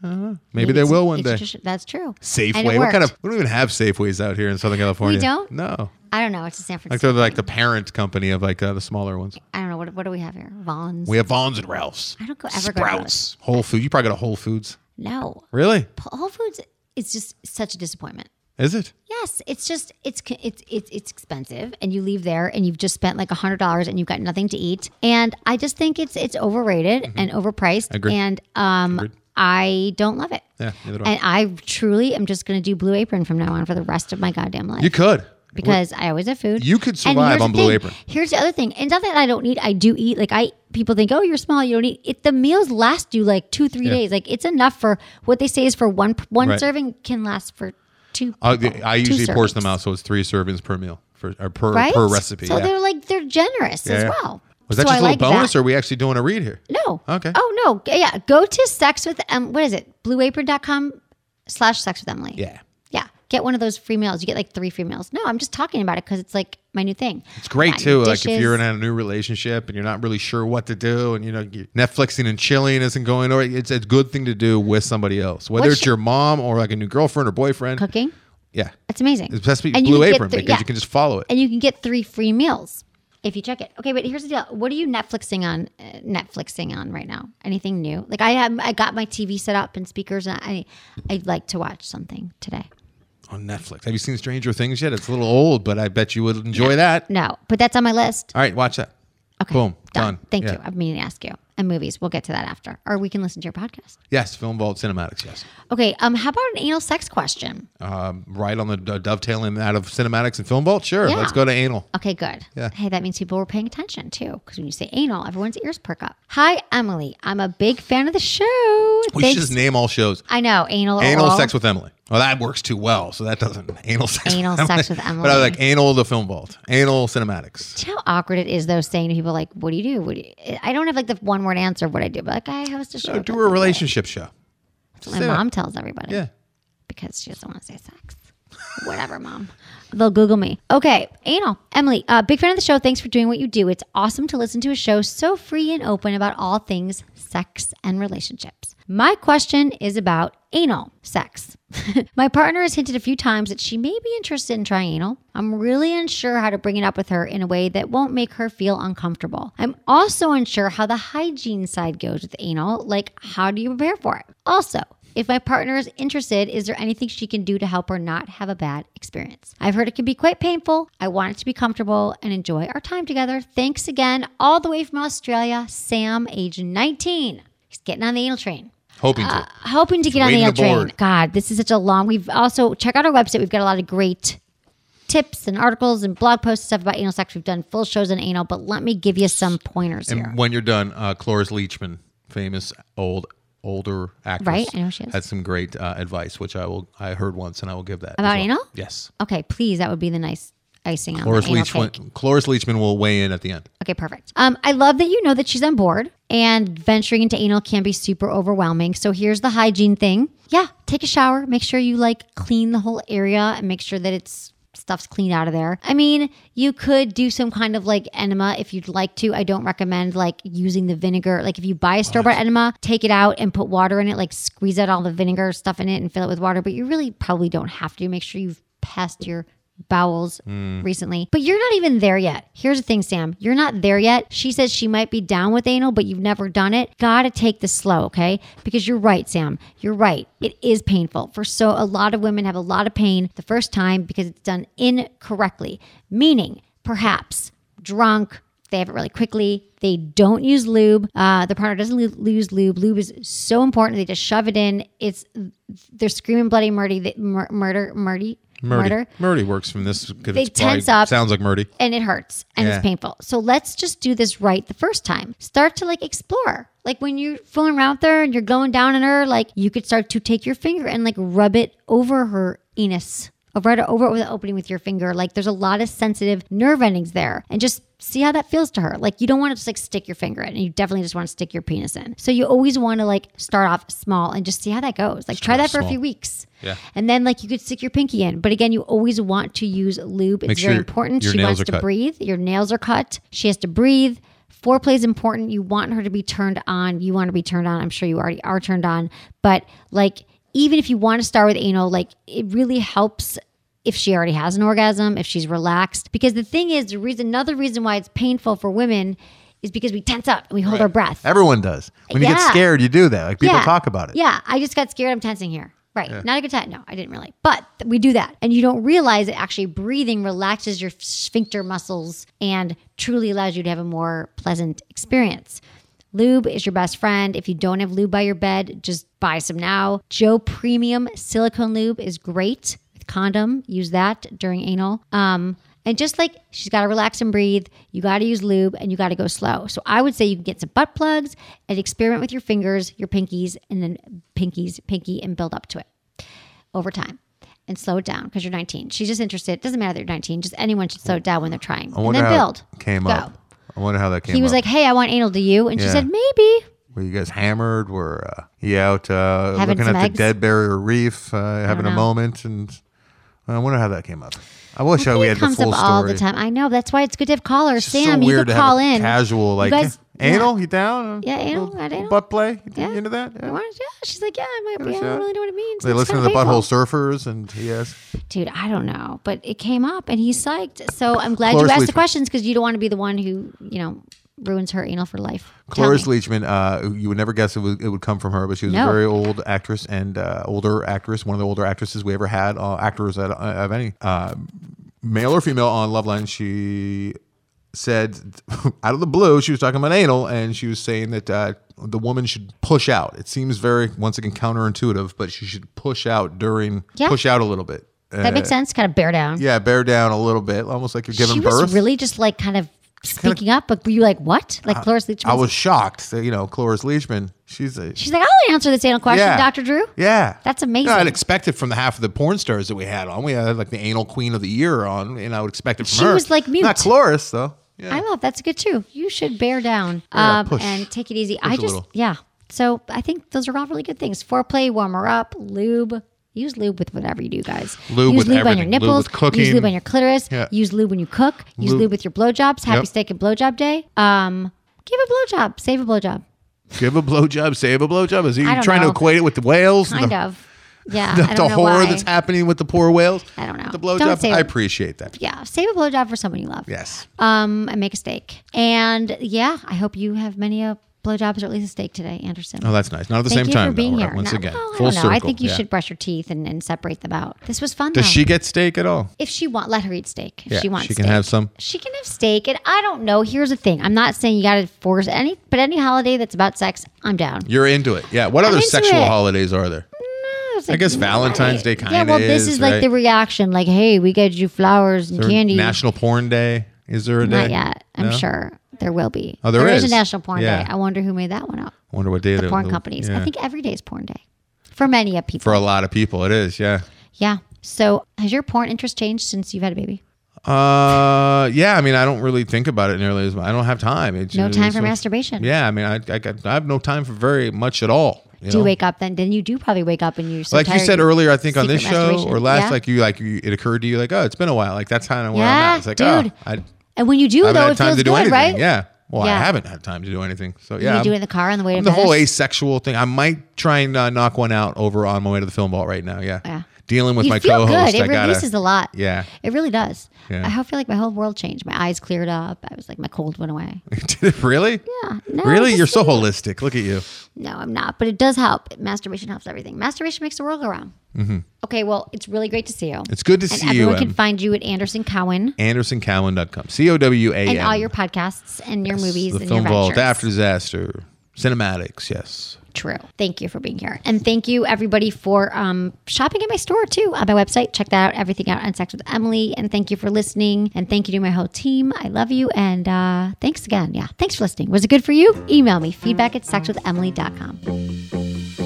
S4: maybe, they
S1: it's-
S4: will one
S1: it's
S4: day.
S1: just- that's true. And it
S4: Safeway. What kind of?
S1: worked.
S4: We don't even have Safeways out here in Southern California.
S1: don't?
S4: No,
S1: I don't know. It's a San
S4: like
S1: Francisco.
S4: they're like the parent company of like uh, the smaller ones.
S1: I don't know. What, what do we have here? Vaughn's.
S4: We have Vaughn's and Ralph's.
S1: I don't go- ever go to
S4: Sprouts, Whole Foods. You probably go to Whole Foods.
S1: no.
S4: Really?
S1: P- Whole Foods is just such a disappointment.
S4: Is it?
S1: Yes, it's just it's c- it's it's it's expensive, and you leave there and you've just spent like a hundred dollars and you've got nothing to eat. And I just think it's it's overrated and overpriced,
S4: Mm-hmm. Agreed.
S1: and um,
S4: Agreed.
S1: I don't love it.
S4: Yeah, neither do I.
S1: And I truly am just going to do Blue Apron from now on for the rest of my goddamn life.
S4: You could.
S1: because I always have food.
S4: You could
S1: And
S4: survive
S1: here's
S4: on
S1: the
S4: Blue
S1: thing.
S4: Apron.
S1: Here's the other thing, and not that I don't eat, I do eat. Like I, people think, oh, you're small, you don't eat. It, the meals last you like two, three
S4: Yeah.
S1: days. Like it's enough for what they say is for one one
S4: Right.
S1: serving can last for two.
S4: I,
S1: people,
S4: I
S1: two
S4: usually portion
S1: servings.
S4: them out, so it's three servings per meal for or per
S1: right
S4: per recipe.
S1: So
S4: yeah.
S1: they're like they're generous
S4: Yeah,
S1: as
S4: yeah.
S1: well.
S4: Was that
S1: So
S4: just a
S1: I
S4: little
S1: like
S4: bonus,
S1: that.
S4: or are we actually doing a read here?
S1: No.
S4: Okay.
S1: Oh no. Yeah. Go to sex with um what is it? Blueapron.com slash sex with Emily.
S4: Yeah.
S1: Yeah. Get one of those free meals. You get like three free meals. No, I'm just talking about it because it's like my new thing.
S4: It's great
S1: Got
S4: too.
S1: new
S4: Like if
S1: dishes.
S4: you're in a new relationship and you're not really sure what to do, and you know you- Netflixing and chilling isn't going, or it's a good thing to do with somebody else, whether
S1: What's
S4: it's
S1: your-
S4: your mom or like a new girlfriend or boyfriend.
S1: cooking.
S4: Yeah,
S1: That's amazing.
S4: it's best to be
S1: And you
S4: Blue
S1: can get
S4: Apron
S1: three-
S4: because
S1: yeah.
S4: you can just follow it.
S1: and you can get three free meals if you check it. Okay, but here's the deal: what are you Netflixing on? Uh, Netflixing on right now? Anything new? Like I have, I got my TV set up and speakers, and I, I'd like to watch something today.
S4: on Netflix. Have you seen Stranger Things yet? It's a little old, but I bet you would enjoy that.
S1: No, but that's on my list.
S4: All right, watch that.
S1: Okay,
S4: Boom. Done.
S1: Thank
S4: Yeah.
S1: you. I mean to ask you. And movies, we'll get to that after, or we can listen to your podcast.
S4: Yes, Film Vault Cinematics. Yes.
S1: Okay, um, how about an anal sex question?
S4: Um, right on the d- dovetailing out of Cinematics and Film Vault. Sure.
S1: Yeah. Uh,
S4: Let's go to anal.
S1: Okay, good.
S4: Yeah.
S1: Hey, that means people were paying attention too, because when you say anal, everyone's ears perk up. Hi, Emily. I'm a big fan of the show.
S4: We should
S1: Thanks.
S4: just name all shows.
S1: I know anal. or
S4: Anal
S1: oral.
S4: sex with Emily. Well, that works too well. So that doesn't anal sex.
S1: Anal
S4: with
S1: sex with
S4: But I
S1: Emily.
S4: was like anal the film vault, anal cinematics.
S1: Do you know how awkward it is though saying to people like what do you do what do you, i don't have like the one word answer of what i do but like i host a show
S4: So Uh, do
S1: about
S4: a
S1: that.
S4: relationship show.
S1: That's what
S4: say
S1: my
S4: that.
S1: mom tells everybody
S4: Yeah.
S1: because she doesn't want to say sex whatever mom they'll google me okay anal emily uh, big fan of the show thanks for doing what you do it's awesome to listen to a show so free and open about all things sex and relationships my question is about anal sex my partner has hinted a few times that she may be interested in trying anal i'm really unsure how to bring it up with her in a way that won't make her feel uncomfortable i'm also unsure how the hygiene side goes with anal like how do you prepare for it also if my partner is interested, is there anything she can do to help her not have a bad experience? I've heard it can be quite painful. I want it to be comfortable and enjoy our time together. Thanks again, all the way from Australia, Sam, age 19. He's getting on the anal train.
S4: Hoping
S1: Uh,
S4: to.
S1: Hoping to get on the
S4: waiting
S1: anal
S4: to
S1: train.
S4: board.
S1: God, this is such a long. We've also check out our website. We've got a lot of great tips and articles and blog posts and stuff about anal sex. We've done full shows on anal, but let me give you some pointers
S4: And
S1: here.
S4: when you're done, uh, Cloris Leachman, famous old older actress,
S1: Right, I know she is.
S4: had some great uh, advice, which I will I heard once, and I will give that as
S1: About
S4: well.
S1: anal?
S4: Yes,
S1: Okay, please, that would be the nice icing on
S4: Cloris
S1: the anal cake.
S4: Leachman. Cloris Leachman will weigh in at the end.
S1: Okay, perfect. Um, I love that you know that she's on board and venturing into anal can be super overwhelming. So here's the hygiene thing. Yeah, take a shower. Make sure you like clean the whole area and make sure that it's stuff's clean out of there. I mean, you could do some kind of like enema if you'd like to. I don't recommend like using the vinegar. Like if you buy a store bought enema, take it out and put water in it, like squeeze out all the vinegar stuff in it and fill it with water. But you really probably don't have to. Make sure you've passed your bowels recently. But you're not even there yet. Here's the thing, Sam. You're not there yet. She says she might be down with anal, but you've never done it. Gotta take this slow, okay? Because you're right, Sam. You're right. It is painful. For so a lot of women have a lot of pain the first time because it's done incorrectly. Meaning, perhaps drunk, they have it really quickly. They don't use lube. Uh, the partner doesn't lu- use lube. Lube is so important. They just shove it in. It's they're screaming bloody murder, th- mur- murder, murder, murder,
S4: Murdy works from this. 'cause
S1: They
S4: it's probably-
S1: tense up.
S4: Sounds like Murdy.
S1: and it hurts and
S4: Yeah.
S1: it's painful. So let's just do this right the first time. Start to like explore. Like when you're fooling around there and you're going down on her, like you could start to take your finger and like rub it over her anus. Over it over it with the opening with your finger. Like there's a lot of sensitive nerve endings there. And just see how that feels to her. Like you don't want to just like stick your finger in and you definitely just want to stick your penis in. So you always want to like start off small and just see how that goes. Like try
S4: Start
S1: that for a
S4: small.
S1: few weeks.
S4: Yeah.
S1: And then like you could stick your pinky in. But again, you always want to use lube. It's
S4: Make
S1: very
S4: sure
S1: important.
S4: your
S1: She
S4: nails
S1: wants
S4: are
S1: to
S4: cut.
S1: breathe. Your nails are cut. She has to breathe. Foreplay is important. You want her to be turned on. You want to be turned on. I'm sure you already are turned on. But like, even if you want to start with anal, like it really helps if she already has an orgasm, if she's relaxed. Because the thing is, the reason another reason why it's painful for women is because we tense up and we hold our breath.
S4: Everyone does. When you get
S1: Yeah.
S4: scared, you do that. Like people
S1: Yeah.
S4: talk about it.
S1: Yeah, I just got scared. I'm tensing here. Right. Not a good time. No, I didn't really. But th- we do that. And you don't realize that actually breathing relaxes your sphincter muscles and truly allows you to have a more pleasant experience. Lube is your best friend. If you don't have lube by your bed, just buy some now. Joe Premium silicone lube is great with condom. Use that during anal. Um, and just like she's got to relax and breathe, you got to use lube and you got to go slow. So I would say you can get some butt plugs and experiment with your fingers, your pinkies, and then pinkies, pinky, and build up to it over time and slow it down because you're 19. She's just interested. It doesn't matter that you're 19. Just anyone should slow it down when they're trying.
S4: I
S1: and
S4: wonder
S1: then
S4: how
S1: build.
S4: it came
S1: Go.
S4: up. I wonder how that came.
S1: He was
S4: up.
S1: like, "Hey, I want anal. Do you?" And she
S4: Yeah.
S1: said, "Maybe."
S4: "Were you guys hammered? Were uh, you out uh,
S1: Having
S4: looking
S1: some
S4: at
S1: eggs?
S4: the Dead Barrier Reef, uh, having a
S1: know.
S4: moment?" And I wonder how that came up. I wish I,
S1: It
S4: we had the
S1: comes
S4: full
S1: up
S4: story.
S1: all the time. I know. That's why it's good to have callers.
S4: It's just
S1: Sam,
S4: so
S1: you
S4: weird
S1: could
S4: to
S1: call
S4: have a
S1: in.
S4: Casual,
S1: You
S4: like
S1: guys-
S4: "Yeah, anal. You down?
S1: Yeah, anal,
S4: Little-
S1: got
S4: little
S1: anal.
S4: Butt play. You
S1: Yeah.
S4: into that? Yeah.
S1: You want- yeah. She's like, "Yeah, I might be. I
S4: Yeah.
S1: don't really know what it means."
S4: They
S1: It's
S4: listen to
S1: kinda
S4: the butthole
S1: painful."
S4: surfers, and yes,
S1: dude i don't know but it came up and he's psyched so i'm glad
S4: Cloris
S1: you asked the
S4: Leachman.
S1: questions because you don't want to be the one who you know ruins her anal for life Tell
S4: Cloris
S1: me.
S4: Leachman, uh, you would never guess it would, it would come from her, but she was
S1: No.
S4: a very old actress and uh, older actress, one of the older actresses we ever had, uh, actors at, of any uh, male or female on Loveline. She said out of the blue, she was talking about anal, and she was saying that uh, the woman should push out. It seems very once again counterintuitive, but she should push out during
S1: Yeah.
S4: push out a little bit.
S1: that
S4: Uh,
S1: makes sense kind of bear down
S4: Yeah, bear down a little bit, almost like you're giving
S1: she
S4: birth.
S1: was really just like kind of speaking up but were you like what like cloris leachman
S4: I was shocked that you know Cloris Leachman. She's a
S1: she's like i'll answer this anal question
S4: Yeah.
S1: dr drew
S4: Yeah.
S1: That's amazing.
S4: No, I'd expect it from the half of the porn stars that we had on. We had like the anal queen of the year on, and I would expect it from
S1: She
S4: her.
S1: was, like, mute.
S4: Not Cloris, though. Yeah.
S1: i love that's good too you should bear down
S4: Yeah,
S1: um,
S4: push.
S1: and take it easy i
S4: a
S1: just
S4: little.
S1: yeah so i think those are all really good things foreplay warmer up lube Use lube with whatever you do, guys.
S4: Lube
S1: use
S4: with
S1: lube on your
S4: everything. Lube with
S1: nipples. Use
S4: cooking.
S1: lube on your clitoris.
S4: Yeah.
S1: Use lube when you cook. Use lube,
S4: Lube.
S1: with your blowjobs. Happy
S4: Yep.
S1: steak and blowjob day. Um, give a blowjob. Save a blowjob.
S4: Give a blowjob, save a blowjob. Is he
S1: I don't
S4: trying
S1: know.
S4: to equate it with the whales? and
S1: Kind
S4: the,
S1: of. Yeah.
S4: The,
S1: I don't
S4: the
S1: know
S4: horror
S1: why.
S4: that's happening with the poor whales?
S1: I don't know.
S4: The
S1: Don't say
S4: blowjob?
S1: it.
S4: I appreciate that.
S1: yeah. Save a blowjob for someone you love.
S4: Yes.
S1: Um, and make a steak. And yeah, I hope you have many a blowjobs or at least a steak today, Anderson.
S4: Oh, that's nice. Not at the
S1: Thank
S4: same
S1: you
S4: time,
S1: for being
S4: though, right?
S1: here.
S4: Once
S1: No,
S4: again.
S1: well, I
S4: Full
S1: don't know.
S4: circle.
S1: I think you
S4: yeah.
S1: should brush your teeth and, and separate them out. This was fun.
S4: Does
S1: though.
S4: she get steak at all?
S1: if she want let her eat steak if
S4: Yeah,
S1: she wants
S4: she can
S1: steak.
S4: have some.
S1: she can have steak and i don't know here's the thing i'm not saying you gotta force any but any holiday that's about sex i'm down
S4: You're into it. Yeah. What
S1: I'm
S4: other
S1: into
S4: sexual
S1: it.
S4: holidays are there?
S1: was
S4: I
S1: like,
S4: guess
S1: no,
S4: Valentine's
S1: right.
S4: Day
S1: yeah
S4: kinda
S1: well this
S4: is,
S1: is like the
S4: right?
S1: reaction like hey we get you flowers and
S4: Is there
S1: candy
S4: National Porn Day? Is there a day?
S1: not yet i'm
S4: No?
S1: sure there will be
S4: Oh, there
S1: a
S4: is.
S1: national porn
S4: Yeah.
S1: day i wonder who made that one up
S4: Wonder what day
S1: the
S4: they-
S1: porn companies i
S4: yeah.
S1: think every day is porn day for many of people
S4: for a lot of people, it is. Yeah.
S1: yeah so has your porn interest changed since you've had a baby
S4: Uh, yeah. I mean, I don't really think about it nearly as much. I don't have time. It's,
S1: no
S4: it's-
S1: time for
S4: it's-
S1: masturbation
S4: Yeah. I mean, I, I, got- I have no time for very much at all. You
S1: do you
S4: know?
S1: wake up then then you do probably wake up and you're so
S4: like you
S1: tired
S4: said earlier, I think on
S1: secret
S4: this show or
S1: masturbation.
S4: last,
S1: Yeah.
S4: like you, like you, it occurred to you, like, oh, it's been a while. Like that's kind of where
S1: Yeah,
S4: I'm at. It's like,
S1: dude.
S4: oh, I,
S1: And when you do,
S4: I haven't
S1: though,
S4: had
S1: it
S4: time
S1: feels
S4: to
S1: good,
S4: do anything.
S1: right?
S4: Yeah. Well,
S1: Yeah.
S4: I haven't had time to do anything. So
S1: You
S4: yeah,
S1: do it
S4: I'm-
S1: in the car on the way to
S4: the whole
S1: Venice?
S4: asexual thing. I might try and uh, knock one out over on my way to the film vault right now. Yeah.
S1: Yeah.
S4: Dealing with
S1: You
S4: my
S1: feel
S4: co-host,
S1: good. It
S4: I gotta.
S1: releases a lot.
S4: yeah.
S1: It really does.
S4: Yeah.
S1: I feel like my whole world changed. My eyes cleared up. I was like, my cold went away.
S4: Did it really?
S1: Yeah. No,
S4: really?
S1: just-
S4: You're so holistic. Look at you.
S1: No, I'm not. But it does help. Masturbation helps everything. Masturbation makes the world go round. Okay, well, it's really great to see you.
S4: Mm-hmm. It's good to
S1: and
S4: see you,
S1: everyone can
S4: Em.
S1: find you at Anderson Cowan
S4: AndersonCowan.com. C O W A N.
S1: and all your podcasts and your movies
S4: The
S1: and
S4: Film
S1: your
S4: Vault,
S1: ventures.
S4: After Disaster, Cinematics, yes.
S1: True. Thank you for being here. And thank you, everybody, for um, shopping at my store too, on my website. Check that out, everything out on Sex with Emily. And thank you for listening. And thank you to my whole team. I love you. And uh, thanks again. Yeah. Thanks for listening. Was it good for you? Email me feedback at sexwithemily.com.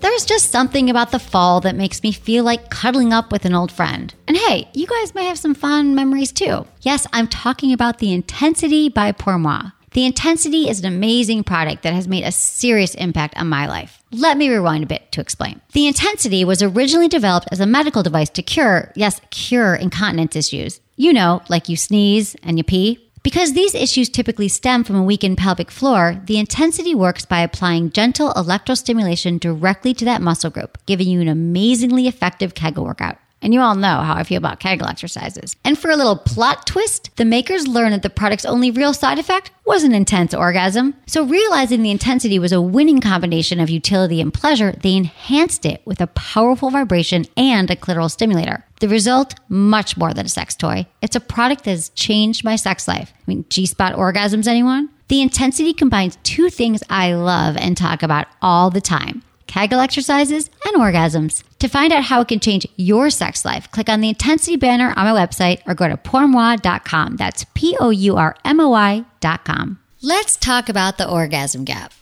S1: There's just something about the fall that makes me feel like cuddling up with an old friend. And hey, you guys may have some fond memories too. Yes, I'm talking about The Intensity by Pour Moi. The Intensity is an amazing product that has made a serious impact on my life. Let me rewind a bit to explain. The Intensity was originally developed as a medical device to cure, yes, cure incontinence issues. You know, like you sneeze and you pee. Because these issues typically stem from a weakened pelvic floor, the intensity works by applying gentle electrostimulation directly to that muscle group, giving you an amazingly effective Kegel workout. And you all know how I feel about Kegel exercises. And for a little plot twist, the makers learned that the product's only real side effect was an intense orgasm. So, realizing the intensity was a winning combination of utility and pleasure, they enhanced it with a powerful vibration and a clitoral stimulator. The result, much more than a sex toy. It's a product that has changed my sex life. I mean, G spot orgasms, anyone? The intensity combines two things I love and talk about all the time Kegel exercises, and orgasms. To find out how it can change your sex life, click on the intensity banner on my website or go to pourmoi.com. That's P O U R M O I.com. Let's talk about the orgasm gap.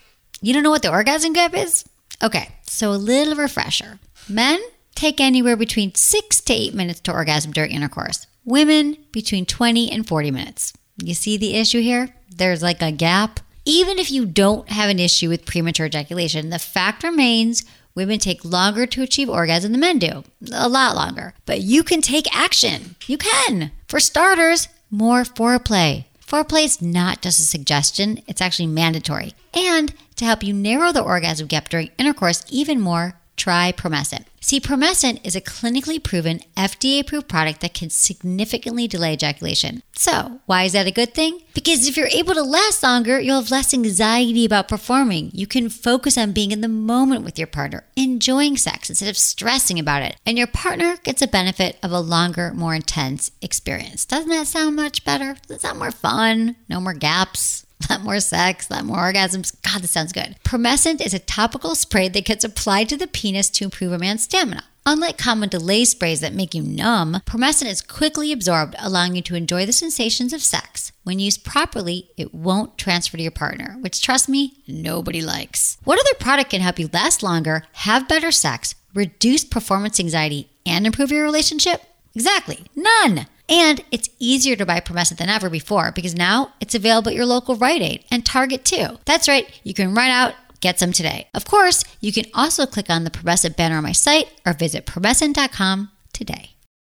S1: You don't know what the orgasm gap is? Okay, so a little refresher. Men take anywhere between six to eight minutes to orgasm during intercourse, women between 20 and 40 minutes. You see the issue here? There's like a gap. Even if you don't have an issue with premature ejaculation, the fact remains women take longer to achieve orgasm than men do. A lot longer. But you can take action. You can. For starters, more foreplay. Foreplay is not just a suggestion, it's actually mandatory. And to help you narrow the orgasm gap during intercourse even more, try Promescent. See, Promescent is a clinically proven, FDA approved product that can significantly delay ejaculation. So, why is that a good thing? Because if you're able to last longer, you'll have less anxiety about performing. You can focus on being in the moment with your partner, enjoying sex instead of stressing about it. And your partner gets a benefit of a longer, more intense experience. Doesn't that sound much better? Does that sound more fun? No more gaps? a lot more sex, a lot more orgasms. God, this sounds good. Promescent is a topical spray that gets applied to the penis to improve a man's stamina. Unlike common delay sprays that make you numb, promescent is quickly absorbed, allowing you to enjoy the sensations of sex. When used properly, it won't transfer to your partner, which, trust me, nobody likes. What other product can help you last longer, have better sex, reduce performance anxiety, and improve your relationship? Exactly, none. And it's easier to buy Promescent than ever before because now it's available at your local Rite Aid and Target too. That's right, you can run out, get some today. Of course, you can also click on the Promescent banner on my site or visit promescent.com today.